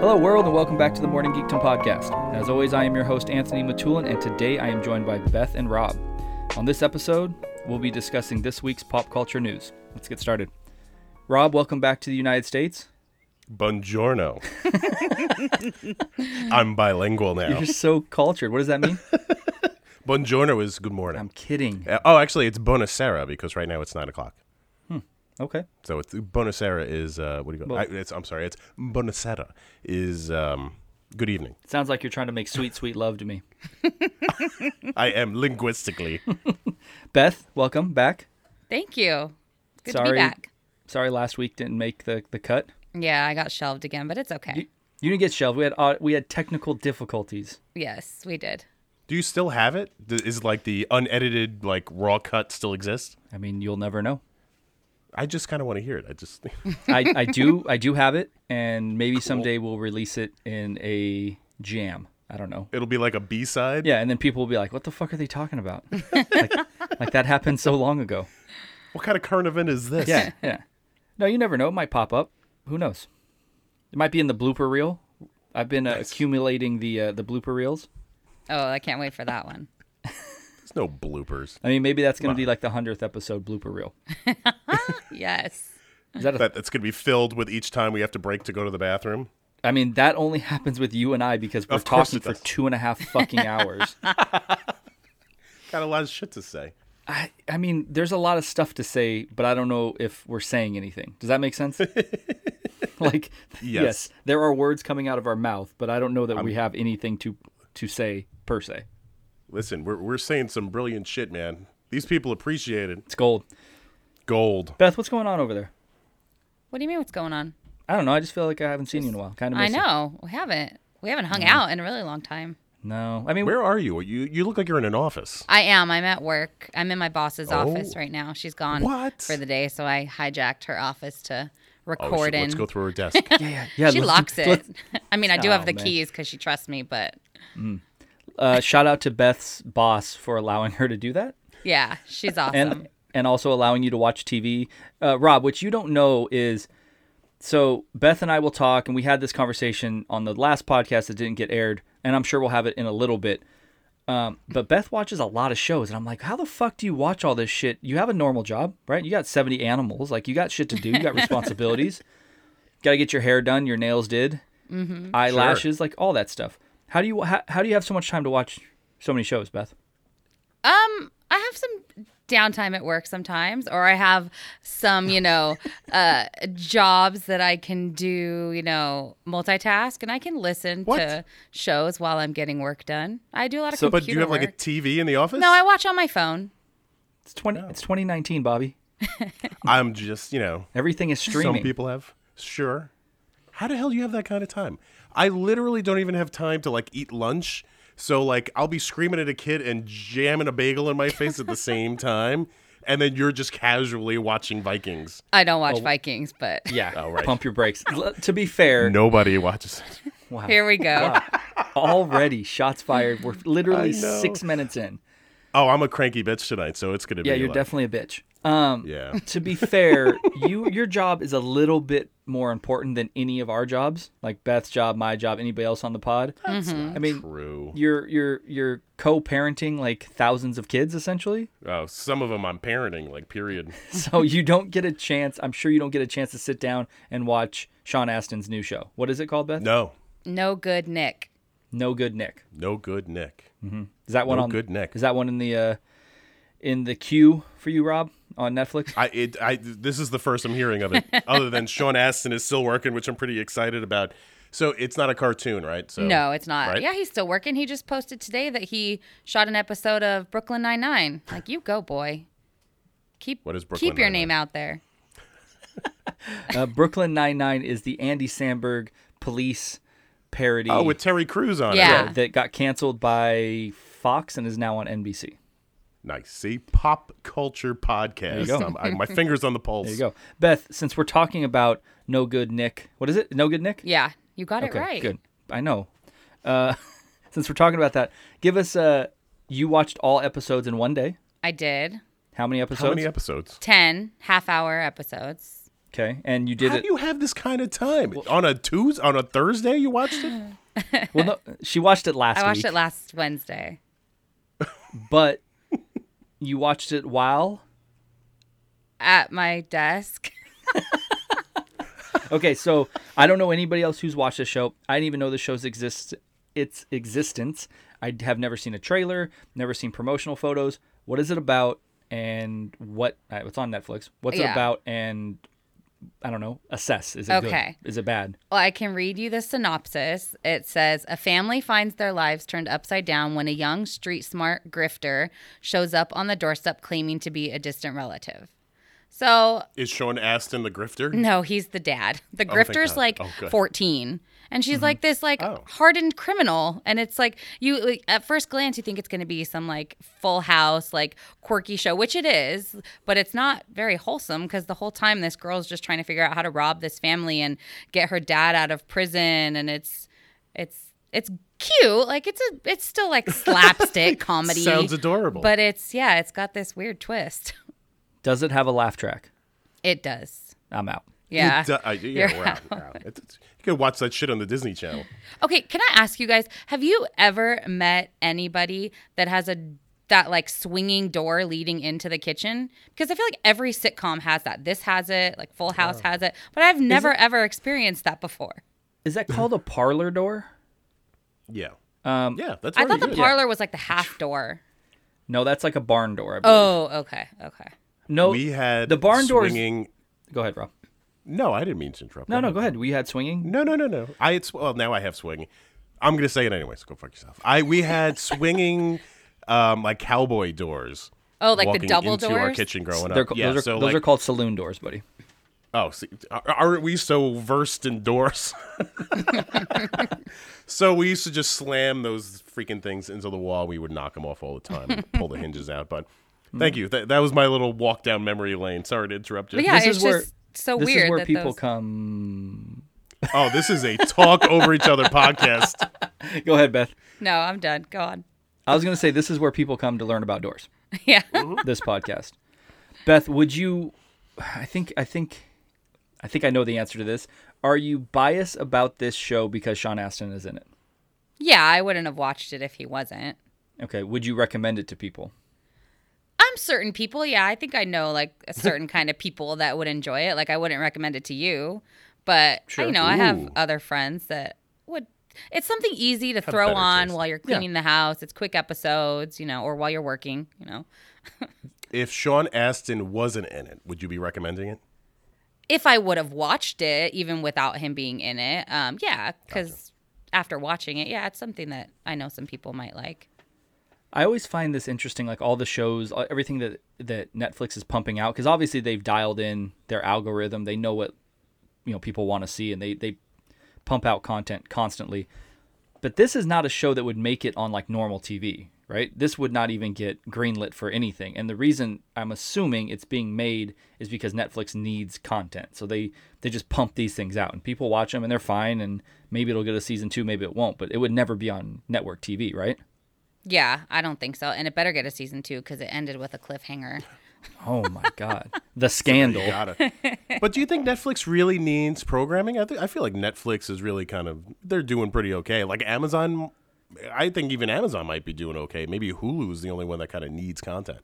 Hello, world, and welcome back to the Morning Geekdom podcast. As always, I am your host, Anthony Matulin, and today I am joined by Beth and Rob. On this episode, we'll be discussing this week's pop culture news. Let's get started. Rob, welcome back to the United States. Buongiorno. I'm bilingual now. You're so cultured. What does that mean? Buongiorno is good morning. I'm kidding. Uh, Oh, actually, it's Bonacera because right now it's nine o'clock. Okay. So it's Bonacera is uh, what do you call it? I, it's, I'm sorry, it's Bonacera is um, good evening. Sounds like you're trying to make sweet, sweet love to me. I am linguistically. Beth, welcome back. Thank you. It's Good to Sorry. be back. Sorry last week didn't make the, the cut. Yeah, I got shelved again, but it's okay. You, you didn't get shelved. We had au- we had technical difficulties. yes, we did. do you still have it? D- Is like the unedited like raw cut still exist? I mean, you'll never know. I just kind of want to hear it. I just I, I do I do have it, and maybe someday we'll release it in a jam. I don't know. it'll be like a B side. Yeah, and then people will be like, "What the fuck are they talking about?" like, like that happened so long ago. What kind of current event is this? Yeah, yeah. No, you never know. It might pop up. Who knows? It might be in the blooper reel. I've been uh, accumulating the uh, the blooper reels. Oh, I can't wait for that one. There's no bloopers. I mean, maybe that's going to be like the hundredth episode blooper reel. Yes. Is that? A, That that's gonna be filled with each time we have to break to go to the bathroom. I mean, that only happens with you and I because we're Of course talking it for does. two and a half fucking hours. Got a lot of shit to say. I, I mean, there's a lot of stuff to say, but I don't know if we're saying anything. Does that make sense? like, yes. Yes. there are words coming out of our mouth, but I don't know that we have anything to to say per se. Listen, we're, we're saying some brilliant shit, man. These people appreciate it. It's gold. Gold. Beth, what's going on over there? What do you mean what's going on? I don't know. I just feel like I haven't seen you in a while. Kind of. I know. We haven't. We haven't hung out in a really long time. No, I mean, Where are you? You you look like you're in an office. I am. I'm at work. I'm in my boss's office Oh. right now. She's gone What? for the day, so I hijacked her office to Oh, record shit, in. let's go through her desk. yeah, yeah, she let's- locks it. let's- I mean, I do Oh, have the man. keys because she trusts me, but Uh, shout out to Beth's boss for allowing her to do that, yeah, she's awesome. and and also allowing you to watch TV. Uh, Rob, what you don't know is, so Beth and I will talk, and we had this conversation on the last podcast that didn't get aired, and I'm sure we'll have it in a little bit. Um, but Beth watches a lot of shows, and I'm like, how the fuck do you watch all this shit? You have a normal job, right? You got 70 animals, like you got shit to do, you got responsibilities. got to get your hair done, your nails did, eyelashes, like all that stuff. How do you how, how do you have so much time to watch so many shows, Beth? Um, I have some downtime at work sometimes, or I have some, you know, uh, jobs that I can do, you know, multitask, and I can listen What? to shows while I'm getting work done. I do a lot of So- computer but do you have work. like a TV in the office? no, I watch on my phone. It's 20 it's 2019, Bobby. I'm just you know Everything is streaming. some people have. Sure. How the hell do you have that kind of time? I literally don't even have time to like eat lunch. So like I'll be screaming at a kid and jamming a bagel in my face at the same time, and then you're just casually watching Vikings. I don't watch Vikings, but yeah, Oh, right. pump your brakes. L- to be fair, Nobody watches it. wow, here we go. already shots fired. We're literally I know. 6 minutes in. Oh, I'm a cranky bitch tonight, so it's gonna be Yeah, you're like- definitely a bitch. Um Yeah. to be fair, you your job is a little bit more important than any of our jobs, like Beth's job, my job, anybody else on the pod. I mean, True. you're you're you're co-parenting like thousands of kids essentially Oh, some of them I'm parenting, like period. so you don't get a chance i'm sure you don't get a chance to sit down and watch sean astin's new show what is it called beth no, No, No good, Nick. good nick no good Nick. is that one No on Good Nick. is that one in the uh in the queue for you rob on netflix I it I this is the first I'm hearing of it. other than Sean Astin is still working, which I'm pretty excited about. So it's not a cartoon, right? So No, it's not. Oh, right? Yeah, he's still working. He just posted today that he shot an episode of Brooklyn Nine Nine. Like you go, boy. Keep What is Brooklyn keep your Nine-Nine? name out there. uh, brooklyn 99 is the andy samberg police parody Oh, with Terry Crews on it. Yeah. that got canceled by fox and is now on nbc Nice. See, pop culture podcast. go. Um, I- my fingers on the pulse. there you go beth since we're talking about no good nick what is it no good nick Yeah, You got Okay, it right. good. I know. Uh, since we're talking about that, give us. Uh, you watched all episodes in one day. I did. How many episodes? How many episodes? 10 half hour episodes. okay, and you did How it. do you have this kind of time on a Tuesday? On a Thursday, you watched it. well, no, she watched it last I watched week, it last Wednesday. but you watched it while. at my desk. Okay, so I don't know anybody else who's watched the show. I didn't even know the show's exist its existence. I have never seen a trailer, never seen promotional photos. What is it about? And what uh, it's on Netflix? What's it Yeah. about? And I don't know. Assess. Is it Okay. good? Is it bad? Well, I can read you the synopsis. It says A family finds their lives turned upside down when a young, street smart grifter shows up on the doorstep claiming to be a distant relative. So, Is Sean Astin the grifter? no, he's the dad. The thank grifter's God. like Oh, good. 14. And she's like this like Oh. hardened criminal. And it's like you like, at first glance you think it's gonna be some like full house, like quirky show, which it is, but it's not very wholesome because the whole time this girl's just trying to figure out how to rob this family and get her dad out of prison and it's it's it's cute. Like it's a it's still like slapstick comedy. Sounds adorable. But it's yeah, it's got this weird twist. Does it have a laugh track? It does. I'm out. Yeah. It do- uh, I- yeah, we're out. we're out. It's- it's- you could watch that shit on the Disney Channel. Okay, can I ask you guys, have you ever met anybody that has a that like swinging door leading into the kitchen? Because I feel like every sitcom has that. This has it, like Full House has it, but I've never ever experienced that before. Is that called a parlor door? Yeah. Um, yeah, that's I what thought it the is. parlor was like the half door. No, that's like a barn door. I believe. Oh, okay, okay. no, We had the barn door. swinging. Go ahead, Rob. No, I didn't mean to interrupt. No, no, go ahead. We had swinging. No, no, no, no. I had sw- well now I have swinging. I'm gonna say it anyways. Go fuck yourself. I we had swinging, um, like cowboy doors. Oh, like the walking double into Our doors? kitchen growing They're up. ca- yeah, those are, so those like, are called saloon doors, buddy. Oh, see, are- aren't we so versed in doors? so we used to just slam those freaking things into the wall. We would knock them off all the time, and pull the hinges out. But thank you. That, that was my little walk down memory lane. Sorry to interrupt you. But yeah, This it's is where- just so this weird is where that people those- come. Oh, this is a talk over each other podcast. Go ahead, Beth. No, I'm done. Go on. I was going to say this is where people come to learn about doors. yeah. This podcast. Beth, would you? I think I think I think I know the answer to this. Are you biased about this show because Sean Astin is in it? Yeah, I wouldn't have watched it if he wasn't. Okay. Would you recommend it to people? I'm certain people. Yeah, I think I know like a certain kind of people that would enjoy it. Like I wouldn't recommend it to you, but Sure. you know, I have Ooh. other friends that would. It's something easy to throw better on taste. while you're cleaning the house. It's quick episodes, you know, or while you're working, you know. If Sean Astin wasn't in it, would you be recommending it? If I would have watched it even without him being in it, um, yeah, because after watching it, yeah, it's something that I know some people might like. I always find this interesting, like all the shows, all- everything that that Netflix is pumping out, because obviously they've dialed in their algorithm. They know what you know people want to see, and they they pump out content constantly. But this is not a show that would make it on like normal TV, right? This would not even get greenlit for anything. And the reason I'm assuming it's being made is because Netflix needs content, so they they just pump these things out, and people watch them, and they're fine, and maybe it'll get a season two, maybe it won't, but it would never be on network TV, right? Yeah, I don't think so, and it better get a season two because it ended with a cliffhanger. Oh my God. The scandal. Got it. but do you think Netflix really needs programming? I, th- I feel like Netflix is really kind of they're doing pretty okay. Like Amazon, I think even Amazon might be doing okay. Maybe Hulu is the only one that kind of needs content.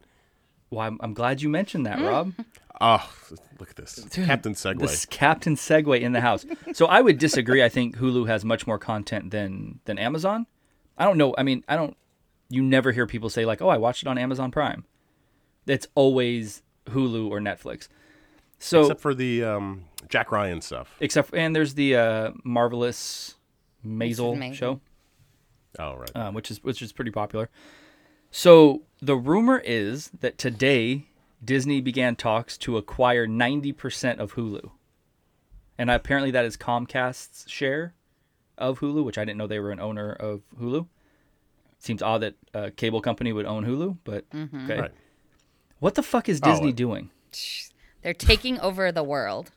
Well, I'm, I'm glad you mentioned that, Rob. Oh, look at this, Captain Segway. This Captain Segway in the house. So I would disagree. I think Hulu has much more content than than Amazon. I don't know. I mean, I don't. You never hear people say like, "Oh, I watched it on Amazon Prime." It's always Hulu or Netflix. So Except for the um, Jack Ryan stuff. except and there's the uh, marvelous Maisel Maisel. show. Oh, right. um, which is which is pretty popular. So the rumor is that today Disney began talks to acquire ninety percent of Hulu, and apparently that is Comcast's share of Hulu, which I didn't know they were an owner of Hulu. Seems odd that a cable company would own Hulu, but okay. Right. Oh, What the fuck is Disney it- doing? They're taking over the world.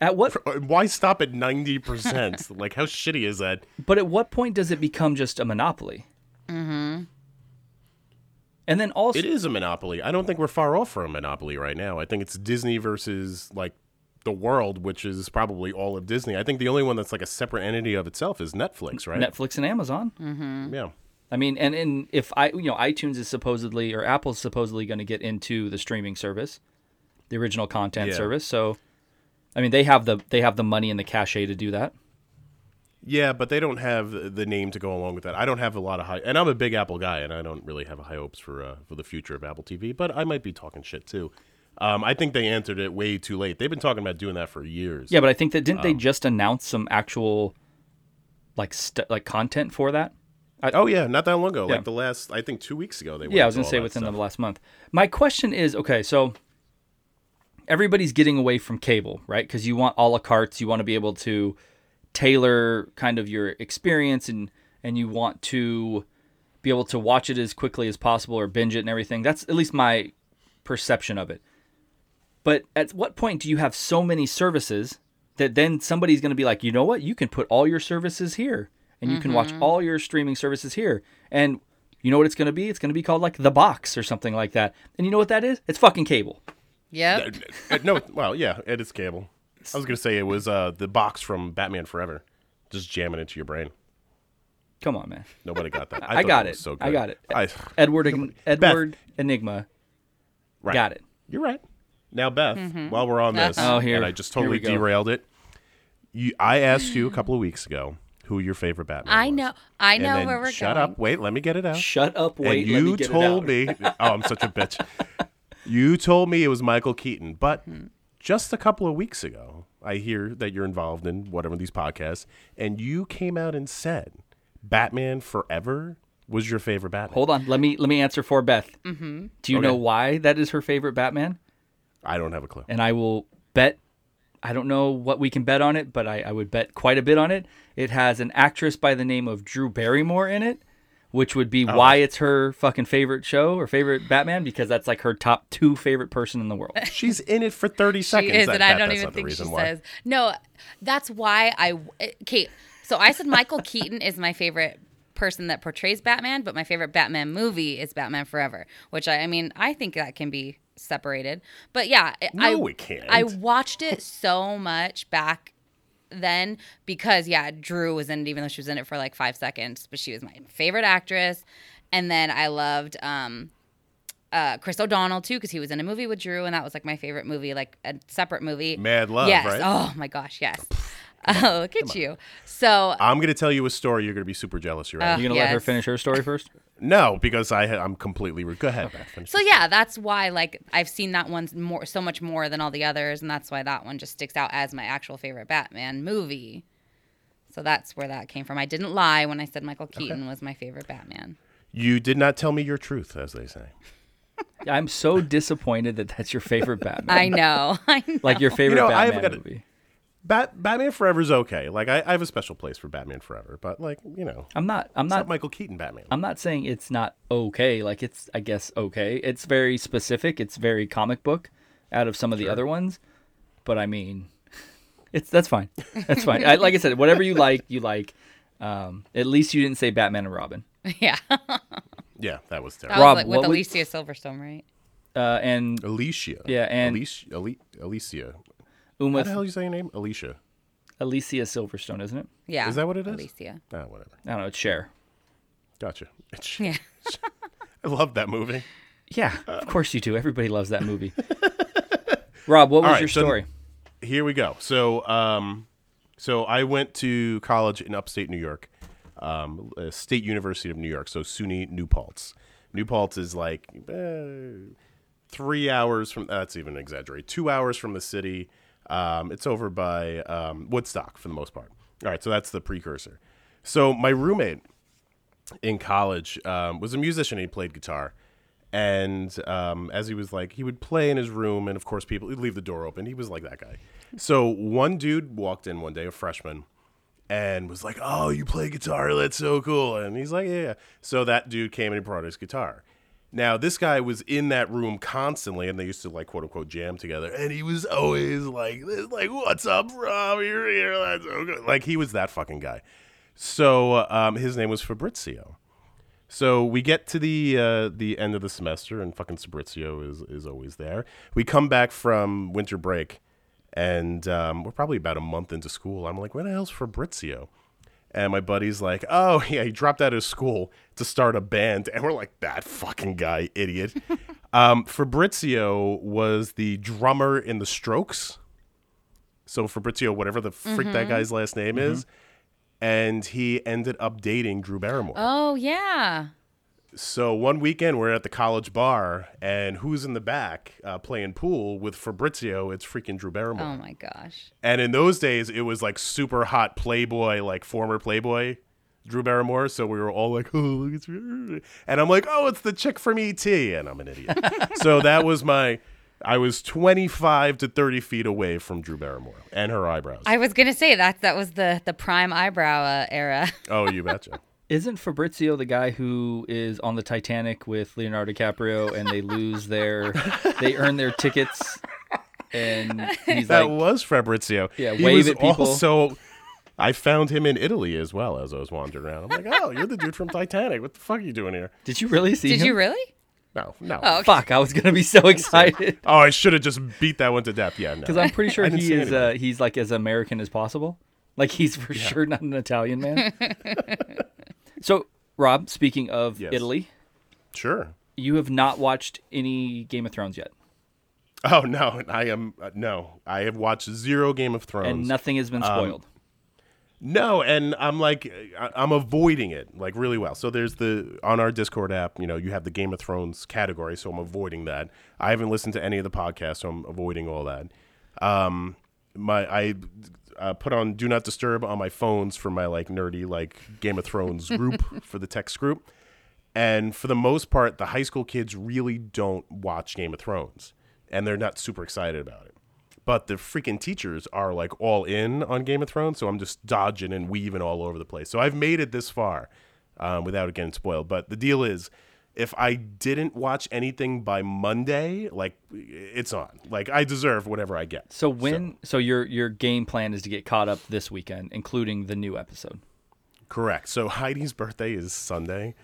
At what Why stop at 90%? like, how shitty is that? But at what point does it become just a monopoly? Mm-hmm. And then also, It is a monopoly. I don't think we're far off from a monopoly right now. I think it's Disney versus, like, the world, which is probably all of Disney. I think the only one that's, like, a separate entity of itself is Netflix, right? Mm-hmm. Netflix and Amazon. yeah. I mean, and, and if I, you know, iTunes is supposedly or Apple's supposedly going to get into the streaming service, the original content Yeah. service. So, I mean, they have the they have the money and the cachet to do that. Yeah, but they don't have the- the name to go along with that. I don't have a lot of high, and I'm a big Apple guy, and I don't really have high hopes for uh, for the future of Apple TV. But I might be talking shit too. Um, I think they answered it way too late. They've been talking about doing that for years. Yeah, but I think that didn't they just announce some actual like st- like content for that? Oh yeah, not that long ago. Yeah. Like the last, I think two weeks ago. They went Yeah, I was into gonna all say that within stuff. the last month. My question is okay, so everybody's getting away from cable, right? Because you want a la carte, you want to be able to tailor kind of your experience and and you want to be able to watch it as quickly as possible or binge it and everything. That's at least my perception of it. But at what point do you have so many services that then somebody's going to be like, you know what? You can put all your services here and you can watch all your streaming services here. And you know what it's going to be? It's going to be called like The Box or something like that. And you know what that is? It's fucking cable. Yep. Uh, no, well, yeah, it is cable. I was gonna say it was uh, the box from Batman Forever, just jamming into your brain. Come on, man. Nobody got that. I, thought got that it. was So good. I got it. I- Edward Edward Enigma. right. Got it. You're right. Now, Beth, Mm-hmm. while we're on Uh-huh. this, Oh, here- and I just here totally we go. derailed it. You, I asked you a couple of weeks ago who your favorite Batman. I was. know. I And know then where we're shut going. up. Wait, let me get it out. Shut up, wait, and let you me get told it out. me. Oh, I'm such a bitch. You told me it was Michael Keaton, but Hmm. just a couple of weeks ago, I hear that you're involved in whatever these podcasts, and you came out and said Batman Forever was your favorite Batman. Hold on. Let me let me answer for Beth. Mm-hmm. Do you know why that is her favorite Batman? I don't have a clue. and I will bet. I don't know what we can bet on it, but I, I would bet quite a bit on it. It has an actress by the name of Drew Barrymore in it, which would Oh. be why it's her fucking favorite show or favorite Batman because that's like her top two favorite person in the world. She's in it for 30 seconds. She is, That- and I that- don't that's even not the think she reason why. says. No, that's why I. Kate, so I said Michael Keaton is my favorite person that portrays Batman, but my favorite Batman movie is Batman Forever, which I, I mean, I think that can be separated. But yeah, I- I, No, it can't. I watched it so much back then because yeah, Drew was in it, even though she was in it for like five seconds, but she was my favorite actress. And then I loved um uh Chris O'Donnell too, because he was in a movie with Drew, and that was like my favorite movie, like a separate movie. Mad Love, yes. right? Oh my gosh, yes. Oh, look at you. So uh, I'm going to tell you a story. You're going to be super jealous. You're right. You gonna let her Yes. finish her story first? no, because I, ha- I'm completely. Re- Go ahead. Beth, finish. So yeah, that's why like I've seen that one more so much more than all the others, and that's why that one just sticks out as my actual favorite Batman movie. So that's where that came from. I didn't lie when I said Michael Keaton was my favorite Batman. you did not tell me your truth, as they say. I'm so disappointed that that's your favorite Batman. I know. I know. like your favorite You know, I Batman haven't got a- movie. Bat- Batman Forever's okay. Like I, I have a special place for Batman Forever, but like you know, I'm not. I'm it's not Uh, not. Michael Keaton Batman. I'm not saying it's not okay. Like it's, I guess, okay. It's very specific. It's very comic book out of some of the other ones, but I mean, it's that's fine. That's fine. I, like I said, whatever you like, you like. Um, at least you didn't say Batman and Robin yeah. That yeah, that was was terrible. Rob, like what with would- Alicia Silverstone, right? uh, and Alicia. Yeah, and- Alicia. Ali- Alicia. How the Uma hell you say your name? Alicia. Alicia Silverstone, isn't it? Yeah. Is that what it is? Alicia. Ah, whatever. I don't know. It's Cher. Gotcha. It's- Yeah. I love that movie. Yeah, of course you do. Everybody loves that movie. Rob, what was right, your so- story? Here we go. So, um, so I went to college in upstate New York, um, uh, State University of New York. So SUNY New Paltz. New Paltz is like eh, three hours from. That's even exaggerate. Two hours from the city. Um, it's over by um, Woodstock for the most part. All right, so that's the precursor. So my roommate in college um, was a musician. and He played guitar, and um, as he was like, he would play in his room, and of course, people he'd leave the door open. He was like that guy. So one dude walked in one day, a freshman, and was like, "Oh, you play guitar? That's so cool!" And he's like, "Yeah." yeah." So that dude came and he brought his guitar, Now, this guy was in that room constantly, and they used to like quote unquote jam together. And he was always like, this, like, what's up, Rob? You're here. That's so good. Like, he was that fucking guy. So, um, his name was Fabrizio. So we get to the uh, the end of the semester, and fucking Sabrizio is is always there. We come back from winter break, and um, we're probably about a month into school. I'm like, where the hell's Fabrizio? And my buddy's like, oh yeah, he dropped out of school to start a band, and we're like, that fucking guy, idiot. um, Fabrizio was the drummer in the Strokes. So Fabrizio, whatever the freak that guy's last name is, and he ended up dating Drew Barrymore. Oh yeah. So one weekend we're at the college bar, and who's in the back uh, playing pool with Fabrizio? It's freaking Drew Barrymore. Oh my gosh. And in those days, it was like super hot Playboy, like former Playboy Drew Barrymore. So we were all like, oh, look, it's her." and I'm like, oh, it's the chick from ET, and I'm an idiot. so that was my. I was 25 to 30 feet away from Drew Barrymore and her eyebrows. I was gonna say that that was the the prime eyebrow uh, era. oh, you betcha. Isn't Fabrizio the guy who is on the Titanic with Leonardo DiCaprio and they lose their, they earn their tickets, and he's That like, was Fabrizio. Yeah, he wave was at people. Also, I found him in Italy as well as I was wandering around. I'm like, oh, you're the dude from Titanic. What the fuck are you doing here? "Did you really see Did him?" you really? No, no. Oh, Oh, okay. Fuck! I was gonna be so excited I should have just beat that one to death. Yeah, because no. I'm pretty sure I didn't he see is. Uh, anybody. he's like as American as possible. Like he's for sure not an Italian man. so, Rob, speaking of Yes. Italy, sure. you have not watched any Game of Thrones yet, Oh no, I am uh, no. I have watched zero Game of Thrones. Um, and nothing has been spoiled. No, and I'm like, I- I'm avoiding it like really well. So there's the on our Discord app, you know, you have the Game of Thrones category, so I'm avoiding that. I haven't listened to any of the podcasts, so I'm avoiding all that. Um, my I uh, put on Do Not Disturb on my phones for my like nerdy like Game of Thrones group for the text group, and for the most part, the high school kids really don't watch Game of Thrones, and they're not super excited about it. But the freaking teachers are like all in on Game of Thrones, so I'm just dodging and weaving all over the place. So I've made it this far um, without it getting spoiled. But the deal is, if I didn't watch anything by Monday, like it's on. Like I deserve whatever I get. So when so. your your game plan is to get caught up this weekend, including the new episode. Correct. So Heidi's birthday is Sunday.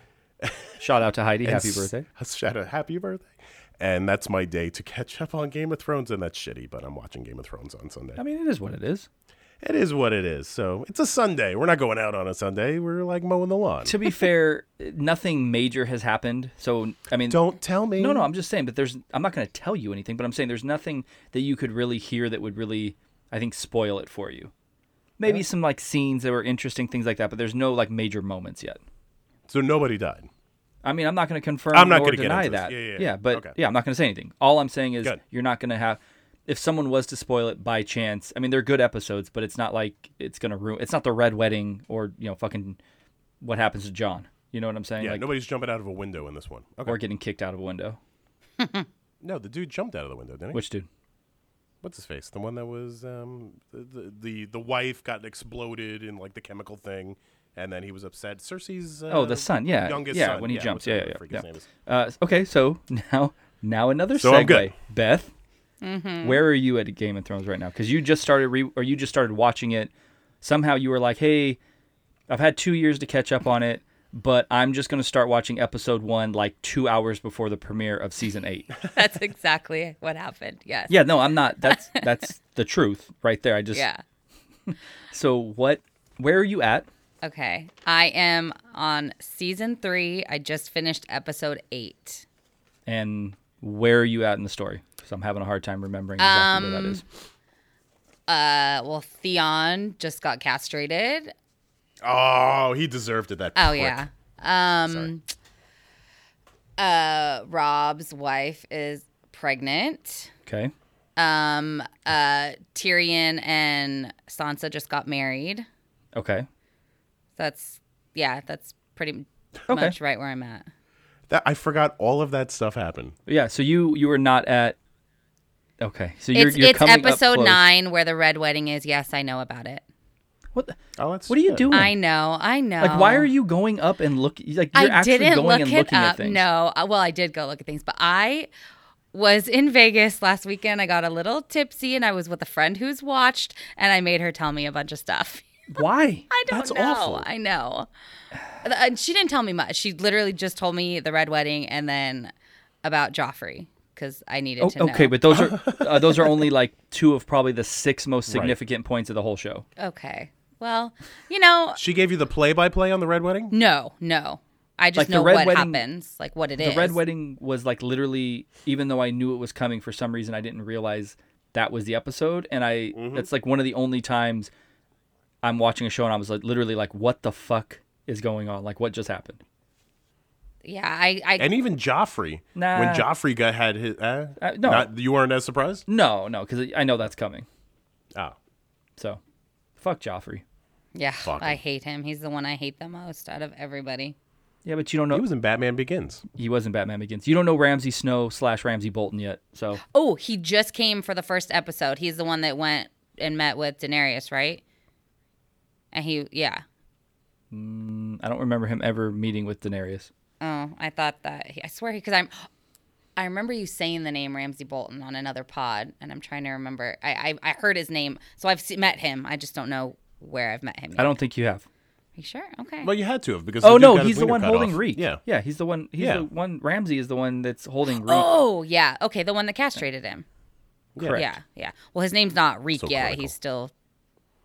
Shout out to Heidi, happy S- birthday. Shout out, happy birthday. And that's my day to catch up on Game of Thrones, and that's shitty, but I'm watching Game of Thrones on Sunday. I mean, it is what it is. It is what it is. So it's a Sunday. We're not going out on a Sunday. We're like mowing the lawn. To be fair, nothing major has happened. So I mean, Don't tell me. no, no, I'm just saying. But there's, I'm not going to tell you anything. But I'm saying there's nothing that you could really hear that would really, I think, spoil it for you. Maybe some like scenes that were interesting, things like that. But there's no like major moments yet. So nobody died. I mean, I'm not going to confirm. I'm not going to gonna get deny into this. that. Yeah, yeah, yeah. but Okay. yeah, I'm not going to say anything. All I'm saying is Good. you're not going to have. If someone was to spoil it by chance, I mean they're good episodes, but it's not like it's going to ruin. It's not the red wedding or you know fucking what happens to John. You know what I'm saying? Yeah, like, nobody's jumping out of a window in this one. Okay. or getting kicked out of a window. No, the dude jumped out of the window, didn't he? Which dude? What's his face? The one that was um, the, the the the wife got exploded in like the chemical thing, and then he was upset. Cersei's. Uh, Oh, the son. Yeah, youngest yeah. son. When he jumps. Yeah, whatever yeah, the freak yeah. his name is. Uh, okay, so now, now another So segue. I'm good. Beth, where are you at Game of Thrones right now? Because you just started, re- or you just started watching it. Somehow you were like, "Hey, I've had two years to catch up on it, but I'm just going to start watching episode one like two hours before the premiere of season eight. That's exactly what happened. Yes. yeah, no, I'm not. That's that's the truth right there. I just Yeah. So what? Where are you at? Okay. I am on season three. I just finished episode eight. and where are you at in the story? Because I'm having a hard time remembering exactly where that is. Uh, well, Theon just got castrated. Oh, he deserved it. That. Oh prick. yeah. um, Sorry. Uh, Rob's wife is pregnant. Okay. Um, uh, Tyrion and Sansa just got married. Okay. That's yeah. That's pretty Okay. much right where I'm at. That I forgot all of that stuff happened. Yeah. So you you were not at. Okay. So you're it's you're it's coming up episode close. nine where the red wedding is. Yes, I know about it. What? The, Oh, that's what are you good. doing? I know, I know. Hmm. Like, why are you going up and look? Like, you're I actually didn't going look and it looking up. at things. No, Uh, well, I did go look at things, but I was in Vegas last weekend. I got a little tipsy, and I was with a friend who's watched, and I made her tell me a bunch of stuff. Why? I don't That's know. awful. I know. Th- and she didn't tell me much. She literally just told me the red wedding and then about Joffrey because I needed Oh, to know. okay, but those are uh, those are only like two of probably the six most significant points of the whole show. okay. Well, you know, She gave you the play-by-play on the red wedding. no, no. I just Like, the know red what wedding- happens, like what it is. The red wedding was like literally, even though I knew it was coming, for some reason I didn't realize that was the episode, and I that's like one of the only times I'm watching a show and I was like literally like, what the fuck is going on? Like, what just happened? Yeah, I, I And even Joffrey, when Nah. Joffrey got had his, uh, Uh, no. not, you weren't as surprised. No, no, because I know that's coming. Oh, So, fuck Joffrey. yeah, him. I hate him. He's the one I hate the most out of everybody. Yeah, but you don't know he was in Batman Begins. he wasn't Batman Begins. You don't know Ramsey Snow slash Ramsey Bolton yet. So Oh, he just came for the first episode. He's the one that went and met with Daenerys, right? And he, yeah. I don't remember him ever meeting with Daenerys. Oh, I thought that. I swear, because I'm. I remember you saying the name Ramsey Bolton on another pod, and I'm trying to remember. I I, I heard his name, so I've se- met him. I just don't know where I've met him. Yet. I don't think you have. Are you sure? Okay. Well, you had to have because Oh dude no, got his he's the wiener one cut holding off. Reek. Yeah, yeah, he's the one. He's Yeah. the one. Ramsey is the one that's holding Reek. oh yeah. Okay, the one that castrated him. correct. Yeah, yeah. Well, his name's not Reek So yet. critical. He's still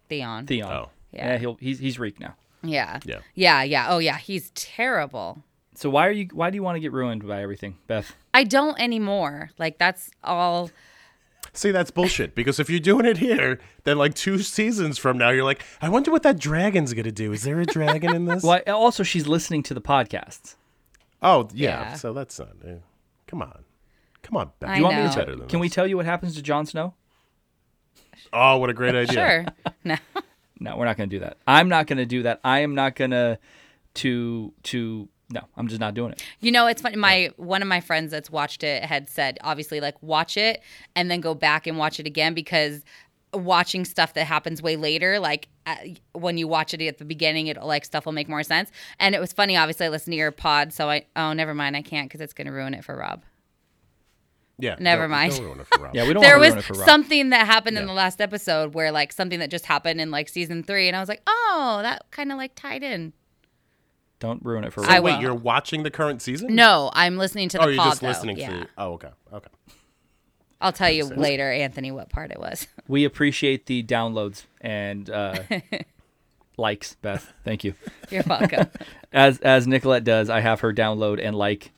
Theon. Theon. Oh. yeah. Yeah. he'll he's he's Reek now. Yeah. Yeah. Yeah. Yeah. Oh yeah. He's terrible. So why are you? Why do you want to get ruined by everything, Beth? I don't anymore. Like that's all. See, that's bullshit. Because if you're doing it here, then like two seasons from now, you're like, I wonder what that dragon's gonna do. Is there a dragon in this? Well, I- also she's listening to the podcasts. Oh yeah. Yeah. So that's not. eh, Come on, come on. Beth. I You You want- want me know. to tell? Better than Can we this. tell you what happens to Jon Snow? Oh, what a great idea. Sure. no. No, we're not going to do that. I'm not going to do that. I am not going to to to. No, I'm just not doing it. You know, it's funny. My one of my friends that's watched it had said, obviously, like watch it and then go back and watch it again because watching stuff that happens way later, like uh, when you watch it at the beginning, it will like stuff will make more sense. And it was funny. Obviously, I listened to your pod, so I oh, never mind. I can't because it's gonna ruin it for Rob. Yeah. Never don't- mind. don't ruin it for Rob. Yeah, we don't. there want to was ruin it for Rob. something that happened in the last episode where like something that just happened in like season three, and I was like, oh, that kind of like tied in. Don't ruin it for I Rob. Oh, Wait, will. you're watching the current season? No, I'm listening to the Oh, you're pod. just though. listening yeah. to. the- Oh, okay, okay. I'll tell you later, Anthony, what part it was. We appreciate the downloads and uh, likes, Beth. Thank you. You're welcome. As as Nicolette does, I have her download and like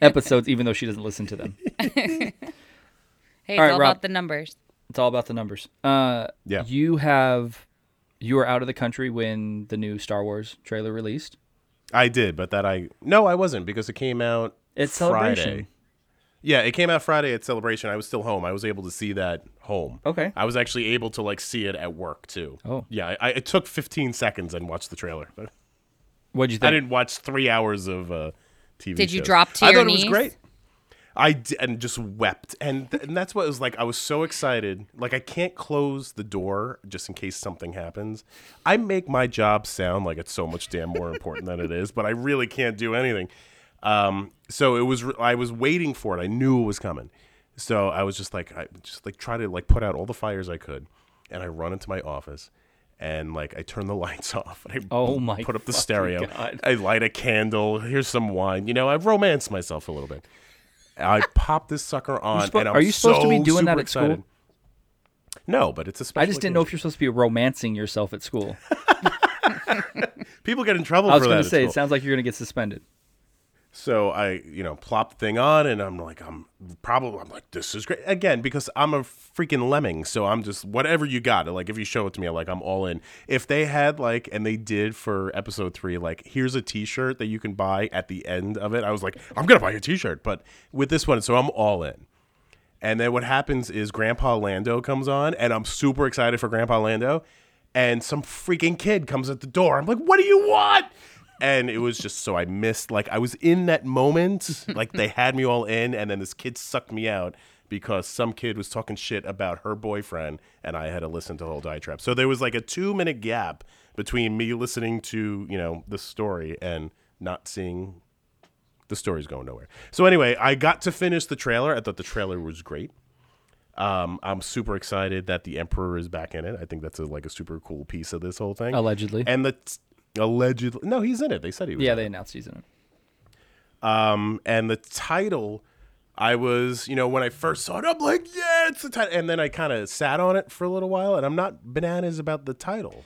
episodes, even though she doesn't listen to them. Hey, it's All all, right, Rob. about the numbers. It's all about the numbers. Uh, Yeah. You have you were out of the country when the new Star Wars trailer released. I did, but that I no, I wasn't because it came out. It's Friday. celebration. Yeah, it came out Friday at Celebration. I was still home. I was able to see that home. Okay. I was actually able to like see it at work too. Oh. Yeah, I, it took 15 seconds and watched the trailer. But What'd you think? I didn't watch three hours of uh, TV. Did you shows. drop to I your thought it knees? was great. I d- and just wept, and th- and that's what it was like. I was so excited. Like I can't close the door just in case something happens. I make my job sound like it's so much damn more important than it is, but I really can't do anything. Um, so it was. Re- I was waiting for it. I knew it was coming. So I was just like, I just like try to like put out all the fires I could, and I run into my office, and like I turn the lights off, and I Oh my put up the fucking stereo. God. I light a candle. Here's some wine. You know, I romance myself a little bit. I pop this sucker on, suppo- and I'm are you supposed to be so doing that super at school? excited. No, but it's a special. I just didn't know if occasion. you're supposed to be romancing yourself at school. people get in trouble I was for going that. to at say school. it sounds like you're going to get suspended. So I, you know, plop the thing on, and I'm like, I'm probably, I'm like, this is great again because I'm a freaking lemming. So I'm just whatever you got. Like if you show it to me, like I'm all in. If they had like, and they did for episode three, like here's a T-shirt that you can buy at the end of it. I was like, I'm gonna buy your T-shirt, but with this one, so I'm all in. And then what happens is Grandpa Lando comes on, and I'm super excited for Grandpa Lando. And some freaking kid comes at the door. I'm like, what do you want? And it was just so I missed, like, I was in that moment. Like, they had me all in, and then this kid sucked me out because some kid was talking shit about her boyfriend and I had to listen to the whole diatribe. So there was like a two minute gap between me listening to, you know, the story and not seeing the story's going nowhere. So anyway, I got to finish the trailer. I thought the trailer was great. Um, I'm super excited that the Emperor is back in it. I think that's a, like a super cool piece of this whole thing. Allegedly. And the t- allegedly, no, he's in it. They said he was. yeah, in it. they announced he's in it. Um, and the title, I was, you know, when I first saw it, I'm like, yeah, it's the title. And then I kind of sat on it for a little while, and I'm not bananas about the title.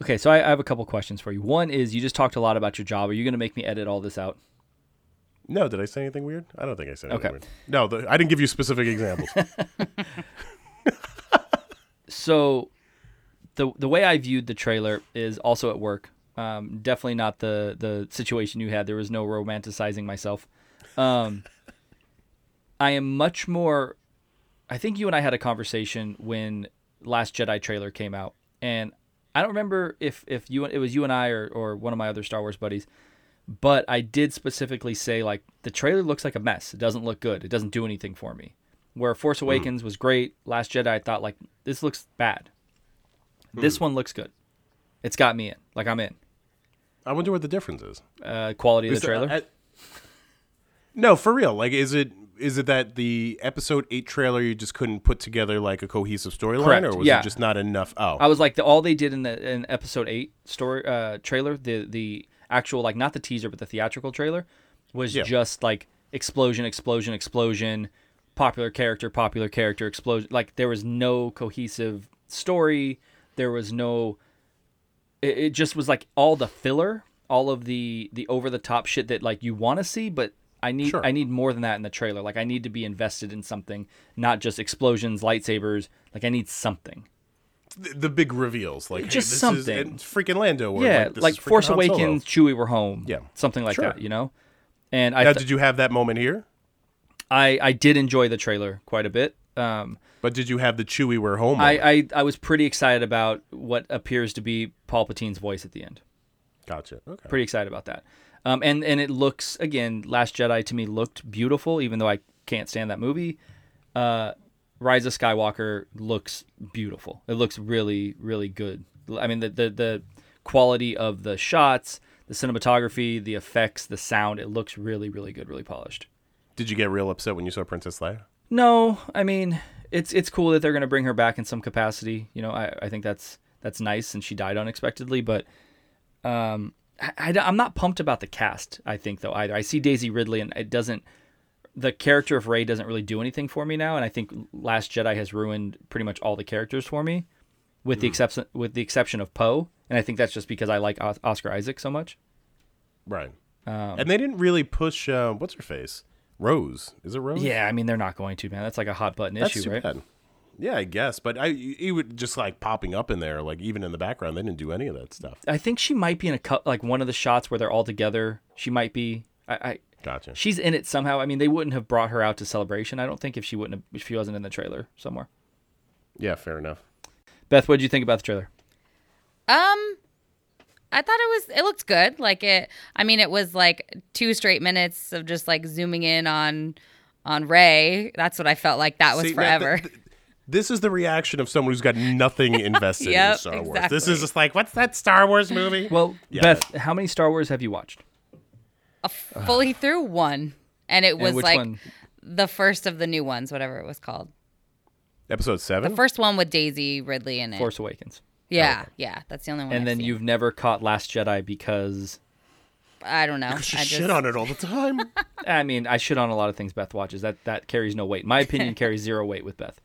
Okay, so I, I have a couple questions for you. One is you just talked a lot about your job. Are you going to make me edit all this out? No, did I say anything weird? I don't think I said anything Okay. weird. No, the, I didn't give you specific examples. so the the way I viewed the trailer is also at work. Um, definitely not the the situation you had. There was no romanticizing myself. Um, I am much more. I think you and I had a conversation when Last Jedi trailer came out, and I don't remember if if you it was you and I or or one of my other Star Wars buddies. But I did specifically say like the trailer looks like a mess. It doesn't look good. It doesn't do anything for me. Where Force Awakens was great, Last Jedi I thought like this looks bad. This one looks good. It's got me in. Like I'm in. I wonder what the difference is. Uh, quality of Is the the- trailer. I- no, for real. Like, is it is it that the episode eight trailer you just couldn't put together like a cohesive storyline, Correct, or was yeah. it just not enough? Oh, I was like the all they did in the in episode eight story uh, trailer the the actual like not the teaser but the theatrical trailer was Yeah. just like explosion explosion explosion popular character popular character explosion like there was no cohesive story there was no it, it just was like all the filler all of the the over the top shit that like you want to see but I need Sure. I need more than that in the trailer like I need to be invested in something not just explosions lightsabers like I need something th- the big reveals, like hey, Just this is- something. and freaking Lando. Or, yeah, like, this like is freaking Force Han Solo. Awakens, Chewie were home. Yeah. something like Sure. that. You know, and I, Now, th- did you have that moment here? I I did enjoy the trailer quite a bit. Um, But did you have the Chewy we're home? I, moment? I I was pretty excited about what appears to be Paul Patine's voice at the end. gotcha. Okay. Pretty excited about that. Um, and and it looks again, Last Jedi to me looked beautiful, even though I can't stand that movie. Uh, Rise of Skywalker looks beautiful. It looks really really good. I mean the the, the quality of the shots. The cinematography, the effects, the sound—it looks really, really good, really polished. Did you get real upset when you saw Princess Leia? No, I mean it's it's cool that they're gonna bring her back in some capacity. You know, I, I think that's that's nice, and she died unexpectedly. But um, I, am not pumped about the cast. I think though either I see Daisy Ridley, and it doesn't the character of Ray doesn't really do anything for me now. And I think Last Jedi has ruined pretty much all the characters for me, with the exception with the exception of Poe. And I think that's just because I like Os- Oscar Isaac so much. Right. Um, and they didn't really push. Uh, what's her face? Rose. Is it Rose? Yeah, I mean they're not going to man. That's like a hot button That's issue, too right? bad. Yeah, I guess. But I, it would just like popping up in there, like even in the background. They didn't do any of that stuff. I think she might be in a cut like one of the shots where they're all together. She might be. I, I Gotcha. she's in it somehow. I mean, they wouldn't have brought her out to celebration. I don't think if she wouldn't have, if she wasn't in the trailer somewhere. Yeah, fair enough. Beth, what did you think about the trailer? Um, I thought it was. It looked good. Like it. I mean, it was like two straight minutes of just like zooming in on on Ray. That's what I felt like. That was See, now, forever. th- th- this is the reaction of someone who's got nothing invested in Yep, Star Wars. This exactly. is just like, what's that Star Wars movie? Well, Yeah. Beth, how many Star Wars have you watched? A fully through one, and it was which like one? the first of the new ones, whatever it was called. Episode The seven. first one with Daisy Ridley in it. Force Awakens. Yeah, yeah, that's the only one. And eh, I've then seen. you've never caught Last Jedi because I don't know. I She just- shit on it all the time. I mean, I shit on a lot of things Beth watches. That that carries no weight. My opinion carries zero weight with Beth.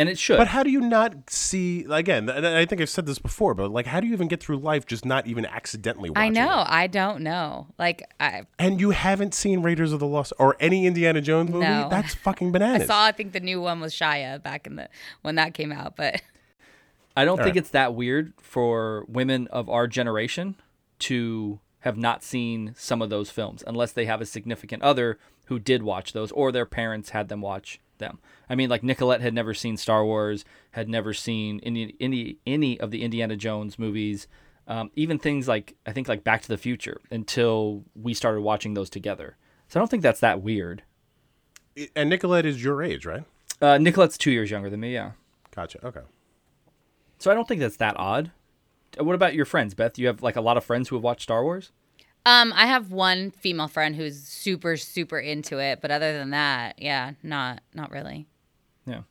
And it should. But how do you not see again? And I think I've said this before, but like, how do you even get through life just not even accidentally watching? I it? know. I don't know. Like I, And you haven't seen Raiders of the Lost or any Indiana Jones movie? No. That's fucking bananas. I saw. I think the new one was Shia back in the when that came out, but I don't think right. it's that weird for women of our generation to have not seen some of those films unless they have a significant other who did watch those or their parents had them watch them. I mean, like Nicolette had never seen Star Wars, had never seen any any any of the Indiana Jones movies, um, even things like I think like Back to the Future until we started watching those together. So I don't think that's that weird. And Nicolette is your age, right? Uh, Nicolette's two years younger than me. Yeah. Gotcha. Okay. So I don't think that's that odd. Uh, What about your friends, Beth? You have like a lot of friends who have watched Star Wars. Um, I have one female friend who's super, super into it, but other than that, yeah, not not really. Yeah.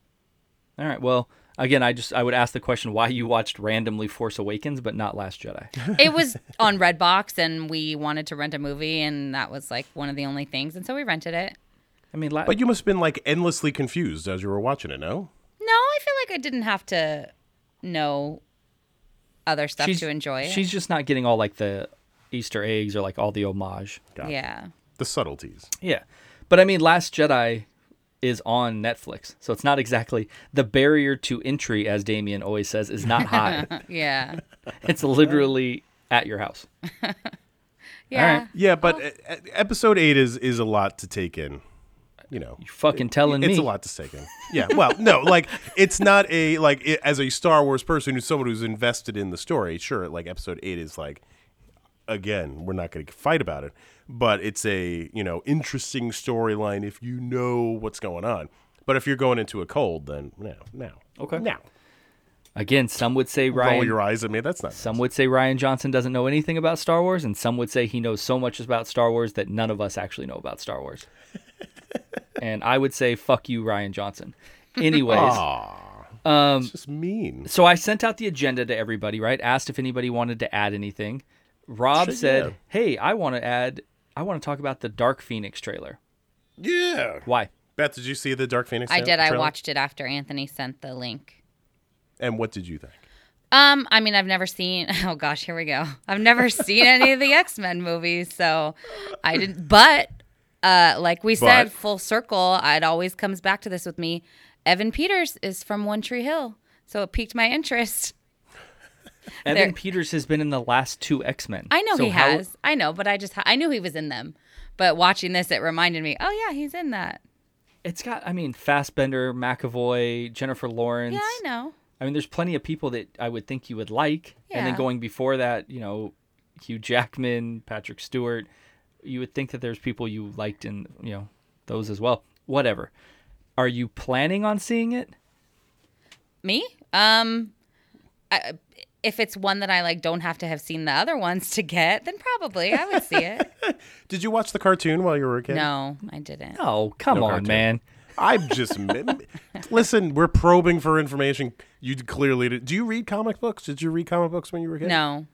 All right. Well, again, I just I would ask the question why you watched randomly Force Awakens but not Last Jedi. It was on Redbox, and we wanted to rent a movie, and that was like one of the only things, and so we rented it. I mean, la- But you must have been like endlessly confused as you were watching it, no? No, I feel like I didn't have to know other stuff to enjoy it. She's just not getting all like the Easter eggs or like all the homage. yeah. The subtleties. Yeah. But I mean, Last Jedi is on Netflix. So it's not exactly the barrier to entry, as Damien always says, is not high. Uh, Yeah. it's literally at your house. Yeah. Yeah, but uh, uh, episode eight is is a lot to take in. You know, You're fucking telling me. it's a lot to take in. Yeah. Well, no, like it's not a like i as a Star Wars person who's someone who's invested in the story. Sure, like episode eight is like again, we're not going to fight about it, but it's a you know interesting storyline if you know what's going on. But if you're going into a cold, then no, no, Okay. now Again, some would say roll Ryan. your eyes at me. That's not Some would say Ryan Johnson doesn't know anything about Star Wars, and some would say he knows so much about Star Wars that none of us actually know about Star Wars. and I would say, fuck you, Ryan Johnson. Anyways, Um, it's just mean. so I sent out the agenda to everybody, right? Asked if anybody wanted to add anything. Rob Sure, said, yeah. "Hey, I want to add. I want to talk about the Dark Phoenix trailer. Yeah. Why? Beth, did you see the Dark Phoenix? I tra- did. I trailer? watched it after Anthony sent the link. And what did you think? Um, I mean, I've never seen. Oh gosh, here we go. I've never seen any of the X Men movies, so I didn't. But uh, like we But- said, full circle. It always comes back to this with me. Evan Peters is from One Tree Hill, so it piqued my interest. Evan There- Peters has been in the last two X Men. I know he has. I know, but I just I knew he was in them. But watching this, it reminded me. Oh yeah, he's in that. It's got. I mean, Fassbender, McAvoy, Jennifer Lawrence. Yeah, I know. I mean, there's plenty of people that I would think you would like. And then Yeah. going before that, you know, Hugh Jackman, Patrick Stewart, you would think that there's people you liked in, you know, those as well. Whatever. Are you planning on seeing it? Me? Um, I, if it's one that I like, don't have to have seen the other ones to get, then probably I would see it. Did you watch the cartoon while you were a kid? no, I didn't. Oh, come No on, cartoon. man. I'm just mim- listen. We're probing for information. You clearly did. Do you read comic books? Did you read comic books when you were a kid? No.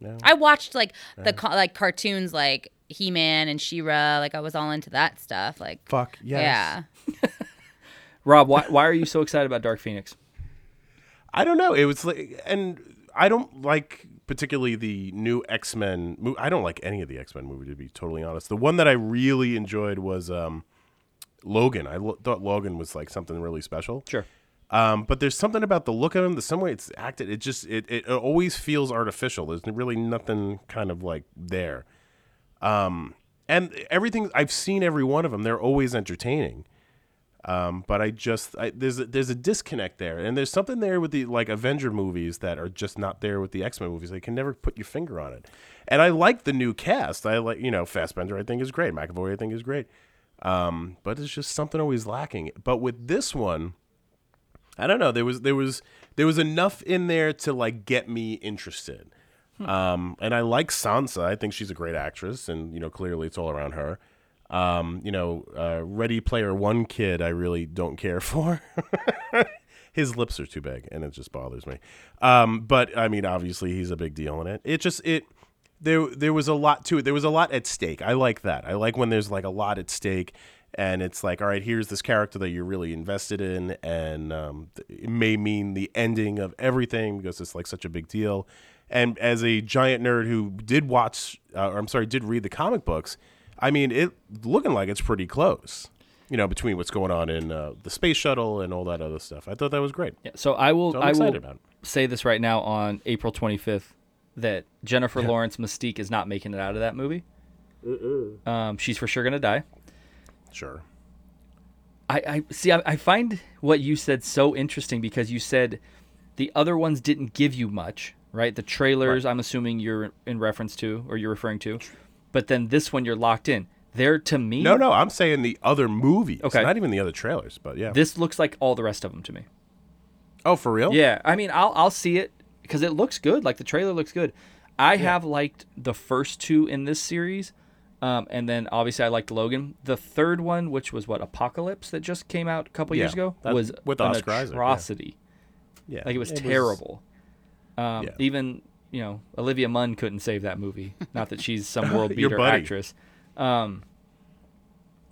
No. I watched like the co- like cartoons like He Man and She Ra. Like I was all into that stuff. Like Fuck yes. yeah, Rob, why, why are you so excited about Dark Phoenix? I don't know. It was like, and I don't like particularly the new X Men. Mo- I don't like any of the X Men movie to be totally honest. The one that I really enjoyed was um, Logan. I lo- thought Logan was like something really special. Sure. Um, but there's something about the look of him, the some way it's acted. It just it, it always feels artificial. There's really nothing kind of like there. Um, and everything I've seen every one of them, they're always entertaining. Um, but I just I, there's a, there's a disconnect there, and there's something there with the like Avenger movies that are just not there with the X Men movies. They can never put your finger on it. And I like the new cast. I like you know Fassbender. I think is great. McAvoy I think is great. Um, but it's just something always lacking. But with this one. I don't know. There was there was there was enough in there to like get me interested. Um, and I like Sansa. I think she's a great actress, and you know clearly it's all around her. Um, you know, uh, Ready Player One kid, I really don't care for. His lips are too big, and it just bothers me. Um, but I mean, obviously he's a big deal in it. It just it there there was a lot to it. There was a lot at stake. I like that. I like when there's like a lot at stake, and it's like, all right, here's this character that you're really invested in, and um, th- it may mean the ending of everything because it's like such a big deal. And as a giant nerd who did watch, uh, or I'm sorry, did read the comic books, I mean, it looking like it's pretty close. You know, between what's going on in uh, the space shuttle and all that other stuff, I thought that was great. Yeah, so I will. So I'm I will excited about say this right now on April 25th that Jennifer Lawrence Mystique is not making it out of that movie. Um, she's for sure gonna die. Sure. I, I see. I, I find what you said so interesting because you said the other ones didn't give you much, right? The trailers, I'm assuming you're in reference to or you're referring to, but then this one you're locked in. They're to me. No, no, I'm saying the other movies. Okay. Not even the other trailers, but yeah. This looks like all the rest of them to me. oh, for real? Yeah, I mean, I'll I'll see it because it looks good. Like the trailer looks good. I have liked the first two in this series, um, and then obviously I liked Logan. The third one, which was what Apocalypse, that just came out a couple years Yeah, ago, that- was with an Oscar Isaac, yeah. atrocity. Yeah. Like it was terrible. um, yeah. Even you know Olivia Munn couldn't save that movie. Not that she's some world Your beater buddy. actress. Um,